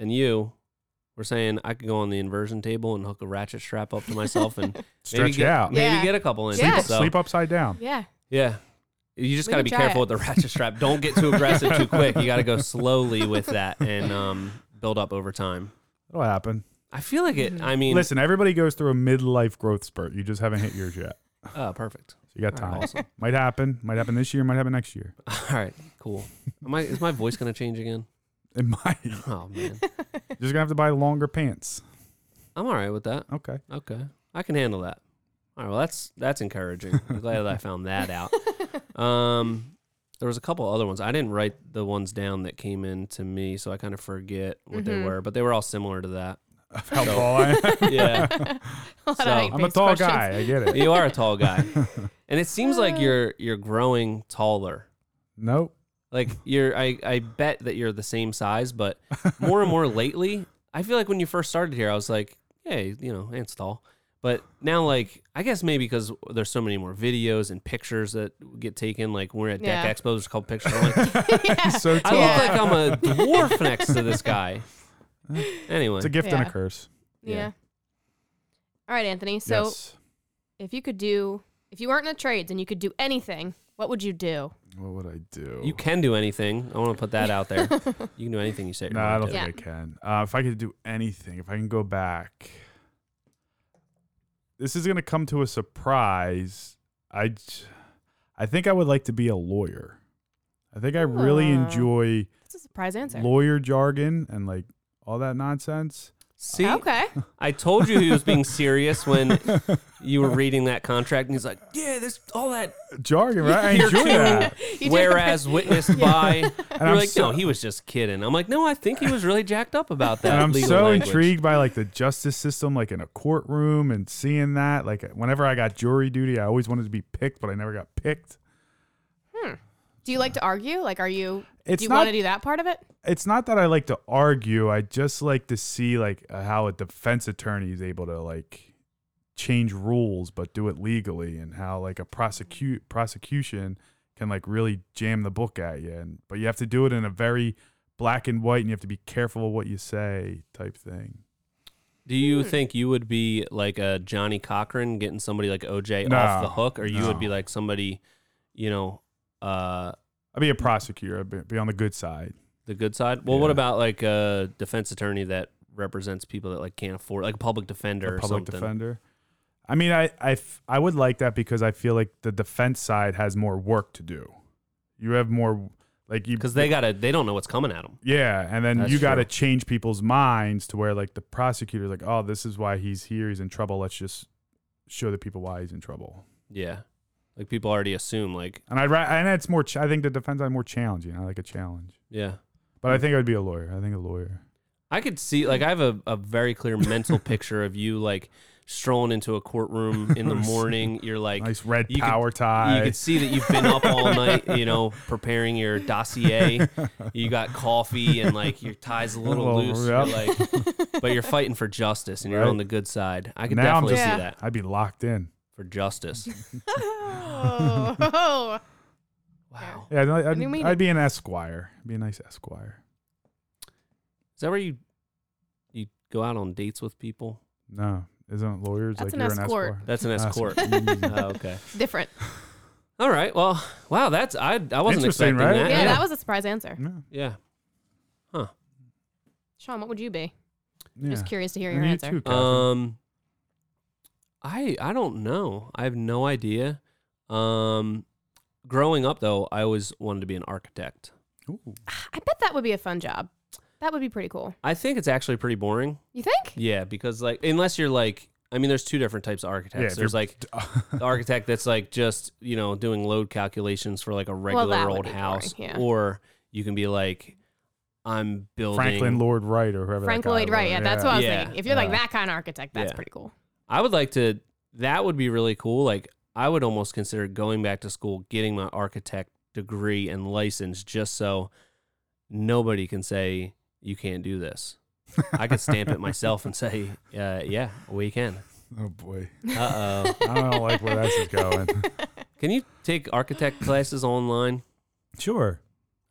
and you were saying I could go on the inversion table and hook a ratchet strap up to *laughs* myself and Stretch get, it out. Maybe Yeah. get a couple inches. Sleep, Yeah. So, sleep upside down. Yeah, yeah. You just We got to can be try careful it. with the ratchet strap. Don't get too aggressive *laughs* too quick. You got to go slowly with that and um, build up over time. It'll happen. I feel like Mm-hmm. it. I mean, Listen, everybody goes through a midlife growth spurt. You just haven't hit yours yet. uh, perfect. So you got All right, time. awesome. Might happen. Might happen this year. Might happen next year. All right, cool. Am I, is my voice gonna change again? It might. *laughs* You're Oh *laughs* man, just gonna have to buy longer pants. I'm all right with that. *laughs* Okay. Okay, I can handle that. All right, well that's that's encouraging. I'm glad that I found that out. Um, there was a couple other ones. I didn't write the ones down that came in to me, so I kind of forget what they Mhm. were, but they were all similar to that. Of How tall I am. *laughs* Yeah, *laughs* A lot of So, height-based I'm a tall questions. guy. I get *laughs* it. you are a tall guy, and it seems like you're you're growing taller. Nope. *laughs* Like you're, I I bet that you're the same size, but more *laughs* and more lately, I feel like when you first started here, I was like, hey, you know, Ant's tall. But now, like, I guess maybe because there's so many more videos and pictures that get taken. Like, when we're at Yeah. Deck Expo, there's a couple pictures. I'm *laughs* like, yeah. He's so I tall. look Yeah. like I'm a dwarf next to *laughs* this guy. Anyway, It's a gift and Yeah. a curse. Yeah. yeah. All right, Anthony. So yes. if you could do, if you weren't in the trades and you could do anything, what would you do? What would I do? you can do anything. I want to put that out *laughs* there. You can do anything you say. No, I don't Yeah. think I can. Uh, if I could do anything, if I can go back, this is gonna come to a surprise. I, j- I think I would like to be a lawyer. I think I really Ah. enjoy That's a surprise answer. lawyer jargon and like all that nonsense. See, Okay. *laughs* I told you he was being serious when you were reading that contract, and he's like, "Yeah, this all that." Jargon, right? *laughs* I enjoy that. You did- Whereas *laughs* witnessed by, And you're I'm like, so, "No, he was just kidding." I'm like, "No, I think he was really jacked up about that." and I'm legal so language." intrigued by like the justice system, like in a courtroom and seeing that. Like whenever I got jury duty, I always wanted to be picked, but I never got picked. do you like to argue? Like, are you? It's do you not- want to do that part *laughs* of it? it's not that I like to argue. I just like to see like uh, how a defense attorney is able to like change rules but do it legally, and how like a prosecute prosecution can like really jam the book at you, and but you have to do it in a very black and white, and you have to be careful of what you say type thing. Do you Hmm. think you would be like a Johnny Cochran getting somebody like OJ No, off the hook, or you would no. be like somebody, you know, uh, I'd be a prosecutor. I'd be- be on the good side. the good side? Well, what Yeah. about like a defense attorney that represents people that like can't afford, like a public a defender, or public something? defender. I mean, I, I f- I would like that because I feel like the defense side has more work to do. You have more like you Because they gotta, they don't know what's coming at them. Yeah, and then That's you got to true. change people's minds to where like the prosecutor's like, "Oh, this is why he's here. He's in trouble. Let's just show the people why he's in trouble." Yeah. Like people already assume, like, And I'd ra- and it's more. Ch- I think the defense side more challenging. I like a challenge, yeah. but I think I would be a lawyer. I think a lawyer. I could see, like, I have a, a very clear mental picture of you, like, strolling into a courtroom *laughs* in the morning. You're like, Nice red you could- power tie. you could see that you've been up all night, you know, preparing your dossier. You got coffee and, like, your tie's a little Little- loose. You're like, but you're fighting for justice and you're Oh, Right. on the good side. I could Now I'm definitely just- see Yeah. that *laughs* I'd be locked in. for justice. Oh. Wow. Yeah, I'd, I'd, you mean I'd it? be an esquire. I'd be a nice esquire. Is that where you you go out on dates with people? No, isn't lawyers like That's an you're escort. an esquire? That's *laughs* an escort. Escort. oh, okay. Different. All right. Well, wow. That's I. I wasn't Interesting, expecting right? that. Yeah, Yeah. that was a surprise answer. No, Yeah. Sean, what would you be? *laughs* yeah. Just curious to hear And your you answer. too, Catherine. Um. I I don't know. I have no idea. Um, growing up though, I always wanted to be an architect. Ooh. *sighs* I bet that would be a fun job. That would be pretty cool. I think it's actually pretty boring. You think? Yeah, because like unless you're like, I mean, there's two different types of Yeah, architects. if there's you're- *laughs* like the architect that's like just you know doing load calculations for like a Well, regular that would old be house, boring, yeah. or you can be like, I'm building. Franklin Lloyd Wright or whoever. that Frank guy Lloyd Wright. was. Yeah, that's what I was Yeah. thinking. If you're like Yeah. that kind of architect, that's Yeah. pretty cool. I would like to. That would be really cool. Like I would almost consider going back to school, getting my architect degree and license, just so nobody can say you can't do this. I could stamp it myself and say, uh, "Yeah, we can." Oh boy, Uh oh. *laughs* I don't like where this is going. Can you take architect classes online? *laughs* Sure.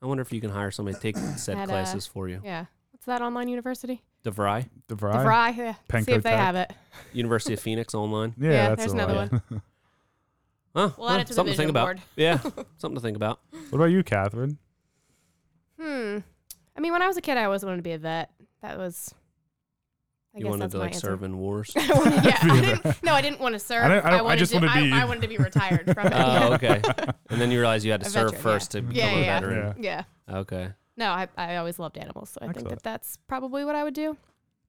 I wonder if you can hire somebody to take said At, uh, classes for you. Yeah. What's that online university? DeVry, DeVry. DeVry. Yeah. See Penco if they Tech. have it. University of Phoenix online. Yeah, Yeah, that's there's the another *laughs* Huh, We'll add huh, it to the something to vision think about. board. *laughs* Yeah, something to think about. What about you, Catherine? Hmm. I mean, when I was a kid, I always wanted to be a vet. That was. I you guess wanted that's to my like answer. serve in wars. *laughs* I wanted- yeah, I didn't, no, I didn't want to serve. I don't- I wanted just to, wanna be- I, I wanted to be retired *laughs* from it. Oh, okay. And then you realize you had to A serve veteran, yeah. first to become Yeah, a yeah, veteran. *laughs* yeah. Okay. No, I, I always loved animals, so I think Excellent. that that's probably what I would do.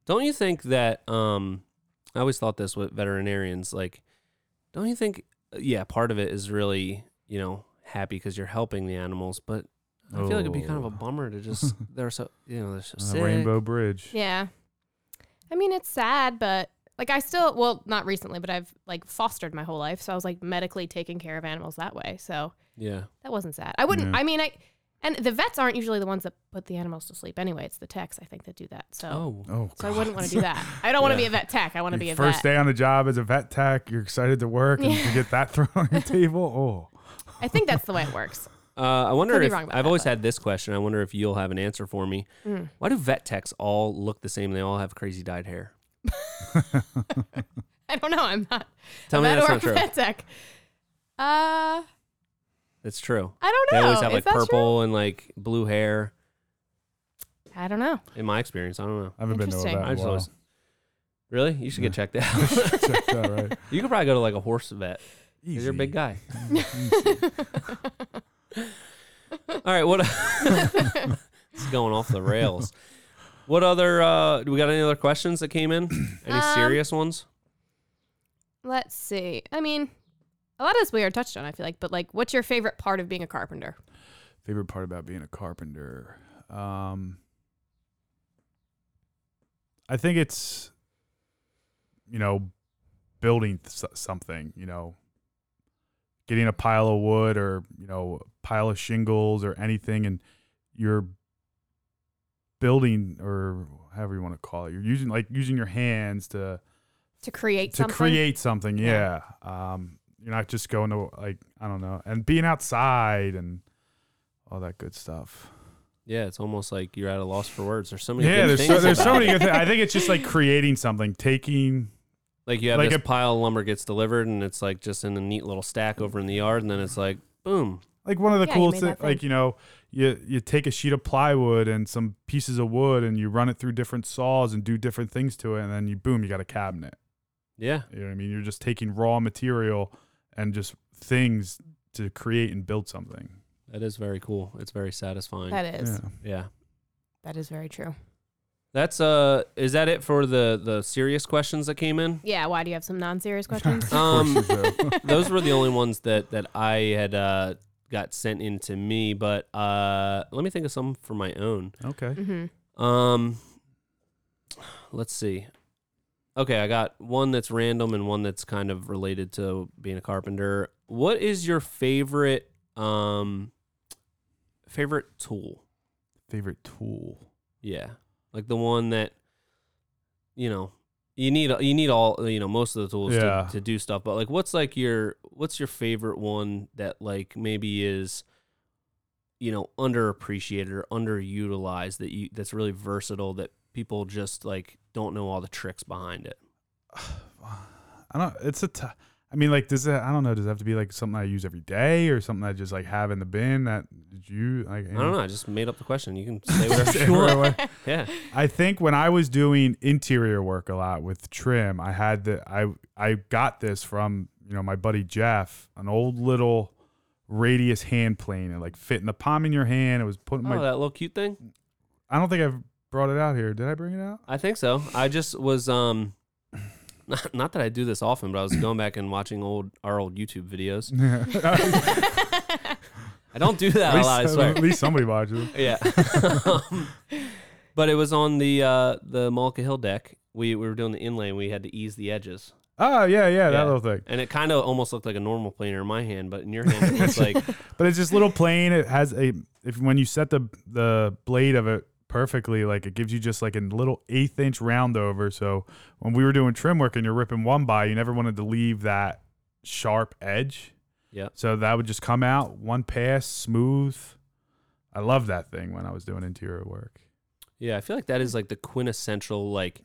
Don't you think that um I always thought this with veterinarians like don't you think uh, yeah, part of it is really, you know, happy cuz you're helping the animals, but I feel like it'd be kind of a Oh. bummer *laughs* to just they're so, you know, they're so Uh, sick. Rainbow Bridge. Yeah. I mean, it's sad, but like I still, well, not recently, but I've like fostered my whole life. So I was like medically taking care of animals that way. So Yeah. that wasn't sad. I wouldn't, Yeah. I mean, I, and the vets aren't usually the ones that put the animals to sleep anyway. It's the techs, I think, that do that. So, Oh. Oh, so I wouldn't want to do that. I don't want to Yeah. be a vet tech. I want to be a Your first vet. day on the job as a vet tech. You're excited to work and to get that *laughs* thrown on your table. Oh, I think that's the way it works. Uh, I wonder Could be if wrong about I've that, always but- had this question. I wonder if you'll have an answer for me. Mm. Why do vet techs all look the same? They all have crazy dyed hair. *laughs* I don't know. I'm not. Tell a me vet that's or not a true. vet tech. Uh, That's *laughs* true. I don't They know. always have Is like that true? purple and like blue hair. I don't know. *laughs* In my experience, I don't know. I haven't been to a Interesting. vet. in a I just while. always- Really? You should get checked *laughs* out. Check that, right? you could probably go to like a horse vet. 'cause *laughs* You're a *laughs* big Easy. guy. All right, what *laughs* it's going off *laughs* the rails. What other uh do we got any other questions that *clears throat* came in? Any Um, serious ones? Let's see. I mean, a lot of this we already touched on, I feel like, but like, what's your favorite part of being a carpenter? Favorite part about being a carpenter? Um, I think it's, you know, building s- something, you know, getting a pile of wood or, you know, a pile of shingles or anything and you're building or however you want to call it. You're using like using your hands to To create to something? create something yeah. Yeah. um you're not just going to like i don't know and being outside and all that good stuff Yeah, it's almost like you're at a loss for words. There's so many yeah good there's things. so, there's so about it. many good things *laughs* i think it's just like creating something taking like you have like this a- pile of lumber gets delivered and it's like just in a neat little stack over in the yard and then it's like boom. like one of the Yeah, you coolest made things that like you know you you take a sheet of plywood and some pieces of wood and you run it through different saws and do different things to it and then you boom you got a cabinet Yeah. you know what i mean you're just taking raw material and just things to create and build something That is very cool. It's very satisfying. That is. Yeah. yeah. That is very true. That's uh, is that it for the the serious questions that came in? Yeah, why do you have some *laughs* non-serious questions? Um, *laughs* Of course you do. those were the *laughs* only ones that that I had uh got sent in to me. But uh, let me think of some for my own. okay. hmm Um, let's see. Okay, I got one that's random and one that's kind of related to being a carpenter. What is your favorite um favorite tool? Favorite tool. Yeah. Like the one that you know, you need you need all you know most of the tools Yeah. to, to do stuff, but like what's like your what's your favorite one that like maybe is you know underappreciated or underutilized that you that's really versatile that people just like don't know all the tricks behind it. *sighs* I don't. It's a. T- I mean, like, does it? I don't know. Does it have to be like something I use every day or something I just like have in the bin that you like? *laughs* I don't know. I just made up the question. You can say whatever you want. I, Yeah. *laughs* I think when I was doing interior work a lot with trim, I had the I I got this from you know my buddy Jeff, an old little radius hand plane and like fit in the palm in your hand. It was putting my. Oh, that little cute thing. I don't think I've brought it out here. Did I bring it *laughs* out? *laughs* I think so. I just was um *laughs* not, not that I do this often, but I was going back and watching old our old YouTube videos. I don't do at, that a least, lot, I swear. at least somebody watches. it. yeah. Um, but it was on the uh the Malka Hill deck. We, we were doing the inlay and we had to ease the edges. Oh yeah, yeah, Yeah. that little thing. And it kind of almost looked like a normal planer in my hand, but in your hand it *laughs* was like But it's this little plane. It has a if when you set the the blade of it perfectly, like it gives you just like a little eighth inch round over. So when we were doing trim work and you're ripping one by, you never wanted to leave that sharp edge. Yeah. So that would just come out one pass, smooth. I love that thing when I was doing interior work. Yeah, I feel like that is like the quintessential like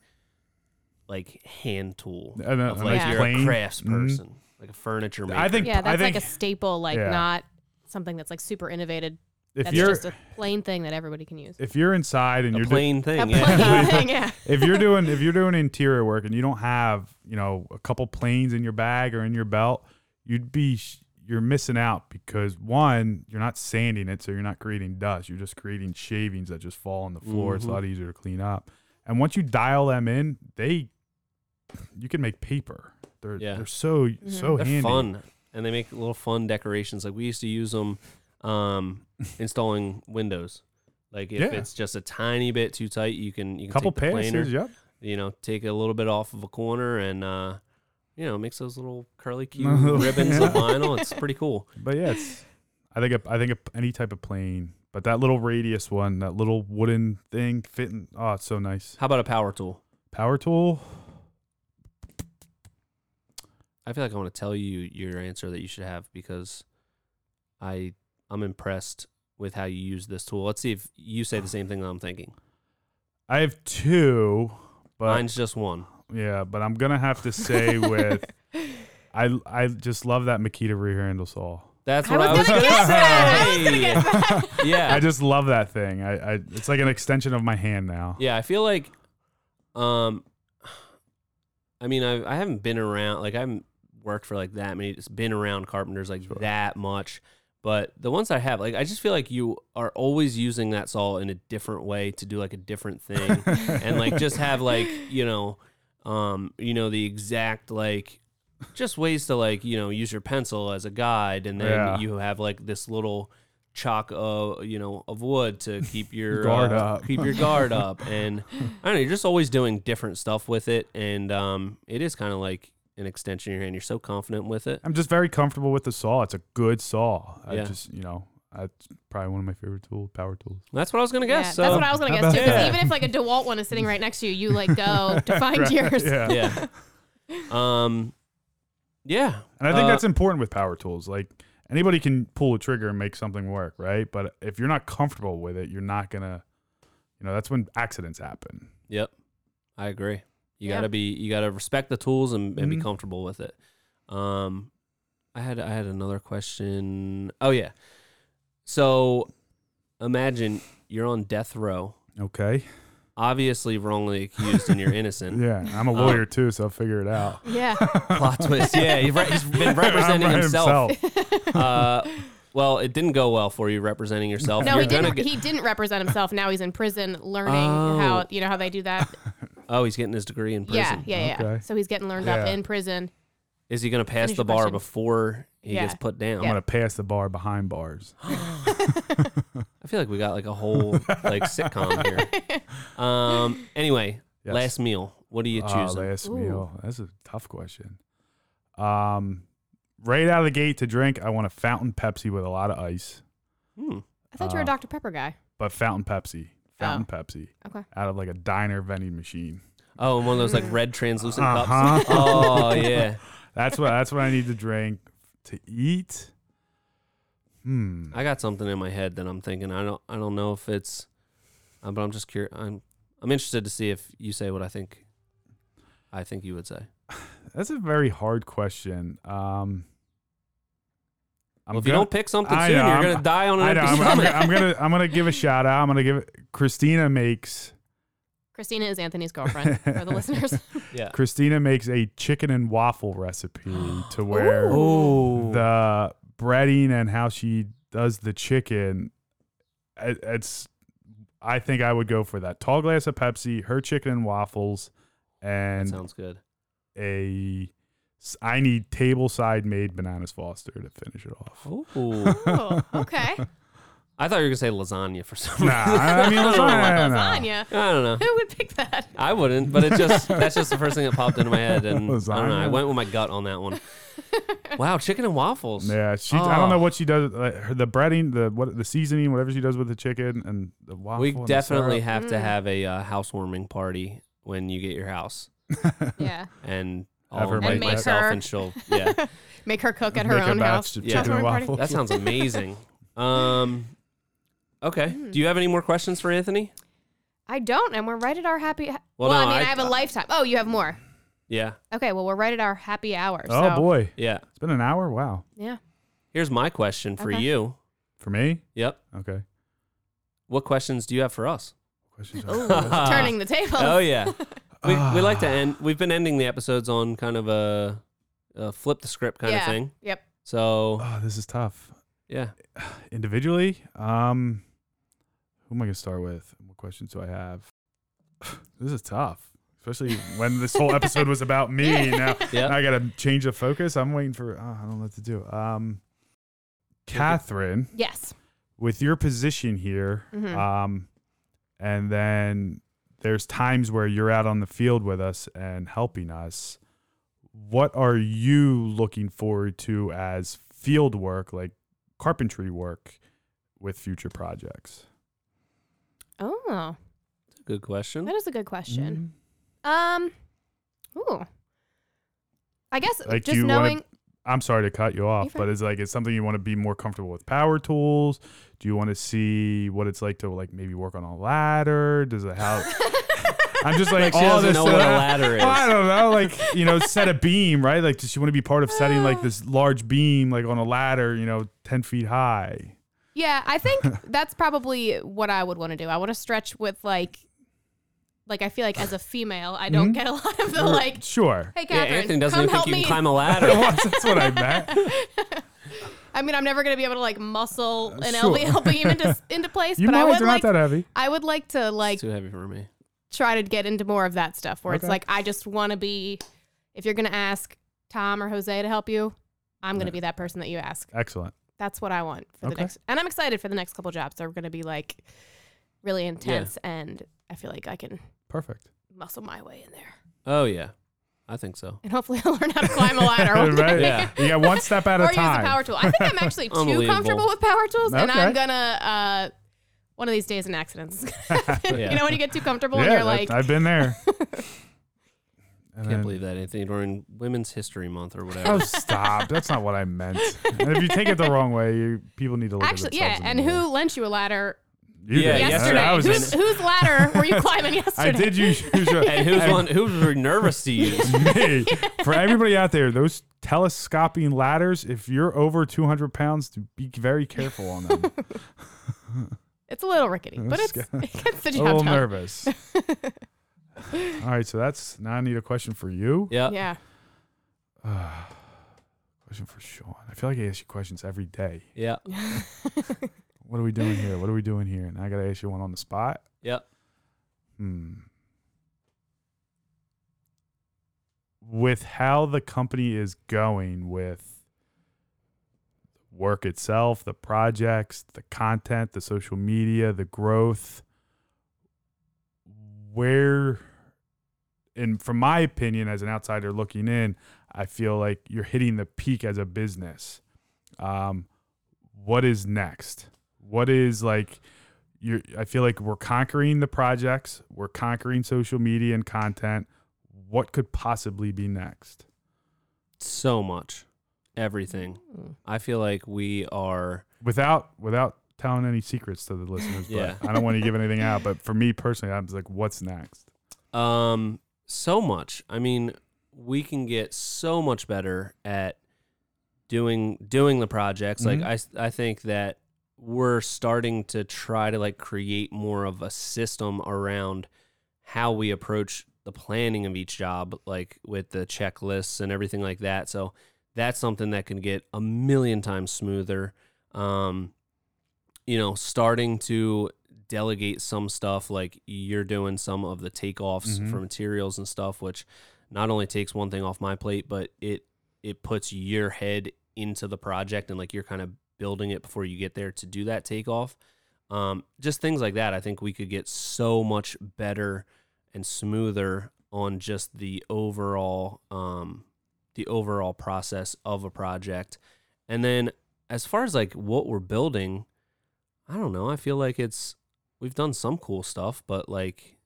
like hand tool. And a- of a like nice you're plane. a crafts Mhm. person, like a furniture maker. I think yeah, I that's think like a staple, like Yeah. not something that's like super innovated. if That's you're just a plain thing that everybody can use. if you're inside and a you're doing plain thing. A yeah. *laughs* plain thing, *laughs* yeah. if you're doing if you're doing interior work and you don't have you know a couple planes in your bag or in your belt, you'd be sh- you're missing out because one you're not sanding it, so you're not creating dust. You're just creating shavings that just fall on the floor. It's a Mhm. lot easier to clean up. And once you dial them in, they you can make paper. They're Yeah. they're so so They're handy. fun, and they make little fun decorations. Like we used to use them um, installing windows. Like if Yeah. it's just a tiny bit too tight, you can you can Couple take the passes, planer, yep. you know, take a little bit off of a corner and. uh you know, it makes those little *laughs* curly cue Little- ribbons of yeah. vinyl. It's pretty cool. But yeah, it's I think a, I think a, any type of plane, but that little radius one, that little wooden thing fitting, oh, it's so nice. How about a power tool? Power tool, I feel like I want to tell you your answer that you should have because I I'm impressed with how you use this tool. Let's see if you say the same thing that I'm thinking. I have two, but Mine's just one. yeah, but I'm gonna have to *laughs* say with I I just love that Makita rear handle saw. That's I what I was was gonna going to guess that. I was gonna say. *laughs* yeah. I just love that thing. I, I it's like an extension of my hand now. yeah, I feel like um I mean, I I haven't been around like I haven't worked for like that many it's been around carpenters like that much. But the ones I have, like I just feel like you are always using that saw in a different way to do like a *laughs* different thing. and like just have like you know um you know the exact like just ways to like you know use your pencil as a guide and then Yeah. you have like this little chalk of you know of *laughs* wood to keep your Guard uh, up. keep your *laughs* guard up and i don't know you're just always doing different stuff with it and um it is kind of like an extension of your hand you're so confident with it I'm just very comfortable with the saw. It's a good saw. I Yeah. just you know that's probably one of my favorite tool power tools. that's what i was gonna Yeah, guess that's so what I was gonna How guess too. about 'cause that? even if like a DeWalt one is sitting right next to you, you *laughs* like go to find yours. Yeah. *laughs* *laughs* yeah um yeah And I think Uh, that's important with power tools. Like anybody can pull a trigger and make something work, right? But if you're not comfortable with it, you're not gonna you know, that's when accidents happen. Yep, I agree. You Yeah. gotta be, you gotta respect the tools and, and Mhm. be comfortable with it. Um, I had, I had another question. Oh yeah, so imagine you're on death row, Okay. obviously wrongly accused, *laughs* and you're innocent. Yeah. I'm Oh. a lawyer too, so I'll figure it out. *laughs* Yeah. Plot twist. Yeah, he's, re- he's been *laughs* representing I'm himself. himself. Uh, Well, it didn't go well for you representing yourself. No, You're he gonna didn't. get- He didn't represent himself. Now he's in prison, learning Oh. how you know how they *laughs* do that. oh, he's getting his degree in prison. Yeah, yeah, yeah. Okay. So he's getting learned up Yeah. in prison. Is he going to pass Finish the your bar question. before he Yeah. gets put down? I'm gonna pass the bar behind bars. I feel like we got like a whole like sitcom here. *laughs* Um. Anyway, Yes. last meal. What do you Ah, choose? last Ooh. meal. That's a tough question. Um, right out of the gate to drink, I want a fountain Pepsi with a lot of ice, hmm. I thought you were a Uh, Dr Pepper guy. but fountain Pepsi, fountain Pepsi, Oh. Okay. out of like a diner vending machine. Oh, one of those like red translucent Uh-huh. cups. *laughs* Oh yeah. That's what that's what I need to drink to eat. Hmm. I got something in my head that I'm thinking. I don't. I don't know if it's. Uh, but I'm just curious. I'm. I'm interested to see if you say what I think. I think you would say. That's a very hard question. Um, I'm Well, if you gonna- don't pick something I soon, know, you're I'm- gonna die on an I know, empty I'm, I'm, stomach. gonna- I'm gonna I'm gonna give a shout out. I'm gonna give it. Christina makes Christina is *laughs* Anthony's girlfriend for the listeners. *laughs* yeah. Christina makes a chicken and waffle recipe *gasps* to where Oh. the breading and how she does the chicken. it- It's I think I would go for that tall glass of Pepsi, her chicken and waffles, that and sounds good. a s- I need table side made bananas Foster to finish it off. Oh. oh, okay. I thought you were gonna say lasagna for some reason. *laughs* Nah, I I mean lasagna. Lasagna. *laughs* I don't know. Who would pick *laughs* that? I wouldn't, but it just that's just the first thing that popped into my head, and I don't know. I Lasagna. went with my gut on that one. Wow, chicken and waffles. Yeah, she. I don't Oh. know what she does. Like, her, the breading, the what, the seasoning, whatever she does with the chicken and the waffle. We and the definitely syrup. have to Mm. have a uh, housewarming party when you get your house, Yeah. and Have I'll her invite make that. myself, Her. and she'll yeah. *laughs* Make her cook at her Make a own batch house. of Yeah. chicken and Housewarming party. waffles. That sounds amazing. Um, okay. Mm. Do you have any more questions for Anthony? I don't, and we're right at our happy. Well, Well, I no, mean, I, I- uh, have a lifetime. Oh, you have more. Yeah, Okay, well, we're right at our happy hour. Oh so- boy, yeah. it's been an hour. Wow, Yeah. Here's my question for Okay. you. for me. Yep. Okay, What questions do you have for us? questions. Turning the table. Oh yeah. *laughs* We, Ah. we like to end. We've been ending the episodes on kind of a, a flip the script kind yeah. of thing. *laughs* Yep. So Oh, this is tough. yeah, Individually, um, who am I gonna start with? What questions do I have? *sighs* this is tough, especially when this whole episode was about me. Now, Yeah. now *laughs* I gotta change the focus. I'm waiting for. Oh, I don't know what to do. Um, Catherine. Yes. with your position here, Mhm. um, and then there's times where you're out on the field with us and helping us. What are you looking forward to as field work, like carpentry work, with future projects? Oh, good question. that is a good Mm. question. Mm-hmm. Um, ooh. I guess Like, do just you wanna- knowing. I'm sorry to cut you off, fine. but it's like it's something you want to be more comfortable with power tools. Do you want to see what it's like to like maybe work on a ladder? Does it how? I'm just like, Like, she all doesn't this know what a stuff. *laughs* ladder is. Well, I don't know, like you know, set *laughs* a beam, right? Like, does she want to be part of setting like this large beam, like on a ladder, you know, ten feet high? Yeah, *laughs* I think that's probably what I would want to do. I want to stretch with like, like I feel like as a female, I Mm-hmm. don't get a lot of the like, Sure, *laughs* hey, yeah, Catherine, Anthony doesn't come even help think you me. can climb *laughs* a ladder. that's what I meant. *laughs* I mean, I'm never gonna be able to like muscle an Uh, Sure. LVL *laughs* beam into into place, You but I might, would they're like, not that heavy. I would like to like It's too heavy for me. try to get into more of that stuff where it's Okay. like I just want to be. If you're gonna ask Tom or Jose to help you, I'm gonna be that person that you ask. Excellent. That's what I want for the Okay. next, and I'm excited for the next couple jobs. They're gonna be like really intense, and I feel like I can *laughs* Perfect. muscle my way in there, Oh yeah, I think so. and hopefully *laughs* I'll learn how to *laughs* climb a ladder one day. right? Yeah. You got one step at *laughs* or a use a time. power tool. I think I'm *laughs* actually too Unbelievable. comfortable with power tools, and I'm Okay. gonna uh, one of these days an accident's *laughs* gonna happen. Yeah. You know when you get too comfortable yeah, and you're that- like, I've been *laughs* there. And Can't then- believe that Anthony during Women's History Month or Oh, whatever. stop! That's not what I *laughs* meant. And if you take it the wrong way, you, people need to look actually, yeah. at themselves in And the mirror. who lent you a ladder You Yeah, did. That- yesterday? that was Whose *laughs* an- whose ladder were you climbing *laughs* yesterday? I did use. use your- and who's I- one? Who's very nervous to *laughs* use? *laughs* Hey, for everybody out there, those telescoping ladders, if you're over 200 pounds, to be very careful on them. It's a little rickety, but That's it's *laughs* it gets the a job little done. *laughs* nervous. All right, so that's now I need a question for you. Yeah. Yeah. *sighs* Question for Sean. I feel like I ask you questions every day. Yeah. What are we doing here? What are we doing here? And I gotta ask you one on the spot. Yep. Hmm. With how the company is going with work itself, the projects, the content, the social media, the growth, where, and from my opinion, as an outsider looking in, I feel like you're hitting the peak as a business. Um, what is next? What is like, you're I feel like we're conquering the projects, we're conquering social media and content. What could possibly be next? So much. Everything. I feel like we are Without without telling any secrets to the *laughs* listeners, Yeah. but I don't want to give anything out. But for me personally, I'm just like, what's next? Um, so much. I mean, we can get so much better at doing doing the projects. Mhm. Like I s- I think that we're starting to try to like create more of a system around how we approach the planning of each job, like with the checklists and everything like that. So that's something that can get a million times smoother. Um, you know, starting to delegate some stuff, like you're doing some of the takeoffs Mhm. for materials and stuff, which not only takes one thing off my plate, but it it puts your head into the project and like you're kind of building it before you get there to do that takeoff. Um, just things like that. I think we could get so much better and smoother on just the overall um, the overall process of a project. And then as far as like what we're building, I don't know. I feel like it's we've done some cool stuff, but like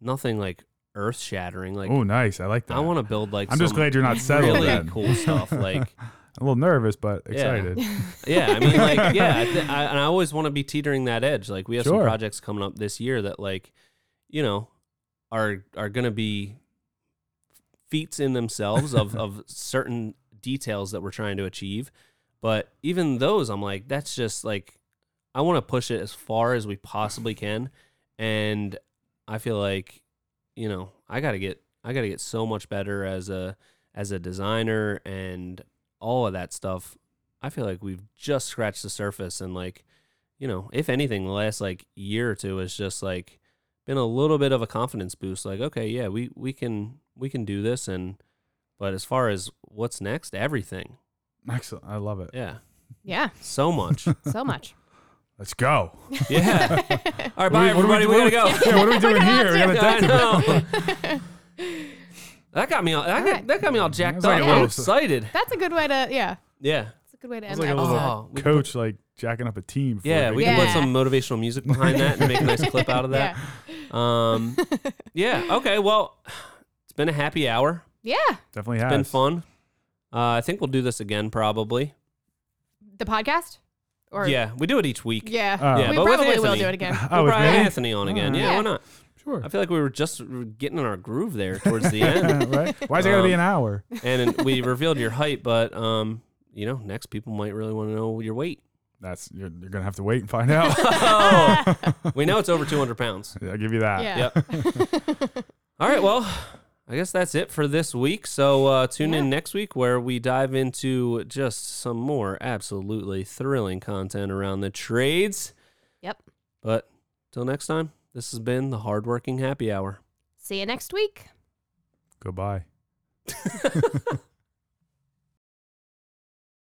nothing like earth shattering. Like oh, nice. I like that. I want to build like I'm just some- glad you're not settled. really then. cool stuff, like- a little nervous, but excited. yeah, I mean, like, yeah, I th- I, and I always want to be teetering that edge. Like, we have some Sure. projects coming up this year that, like, you know, are are going to be feats in themselves of of certain details that we're trying to achieve. But even those, I'm like, that's just like, I want to push it as far as we possibly can, and I feel like, you know, I got to get I got to get so much better as a as a designer and all of that stuff I feel like we've just scratched the surface and like, you know, if anything, the last like year or two has just like been a little bit of a confidence boost. Like, okay, yeah, we we can we can do this and but as far as what's next, everything. Excellent. I love it. Yeah. yeah, So *laughs* much. so much. Let's go. yeah. All What are right, bye we- everybody. what We, are we- *laughs* gotta go. Yeah, what are we doing here? We gotta I take a- know. *laughs* That got me all that, All got, right. that got me all jacked That's like up. a I'm little- excited. That's a good way to yeah. Yeah. That's a good way to It's end like a that. little Oh, we could put- coach like jacking up a team. For a Yeah, big we can put Yeah. some motivational music behind that and make a nice clip out of that. Um, *laughs* yeah. Okay. Well, it's been a happy hour. Yeah. yeah, Definitely It's has been fun. Uh, I think we'll do this again probably. the podcast. Or yeah, we do it each week. yeah. Oh. Yeah, we but with probably will Anthony. do it again. Mm, Oh, We'll with probably me? have Anthony on again. Alright. Yeah, Yeah. why not? *laughs* Sure. I feel like we were just getting in our groove there towards *laughs* the end, right? Why is it gotta be an Um, hour? and we revealed your height, but um, you know, next people might really want to know *laughs* your weight. *laughs* That's you're, you're gonna have to wait and find *laughs* out. Oh, we know it's over two hundred pounds. I'll give you that. Yeah. Yep. All right. Well, I guess that's it for this week. So uh, tune in next week where we dive into just some more absolutely thrilling content around the trades. Yep. But till next time, this has been the Hardworking Happy Hour. See you next week. Goodbye.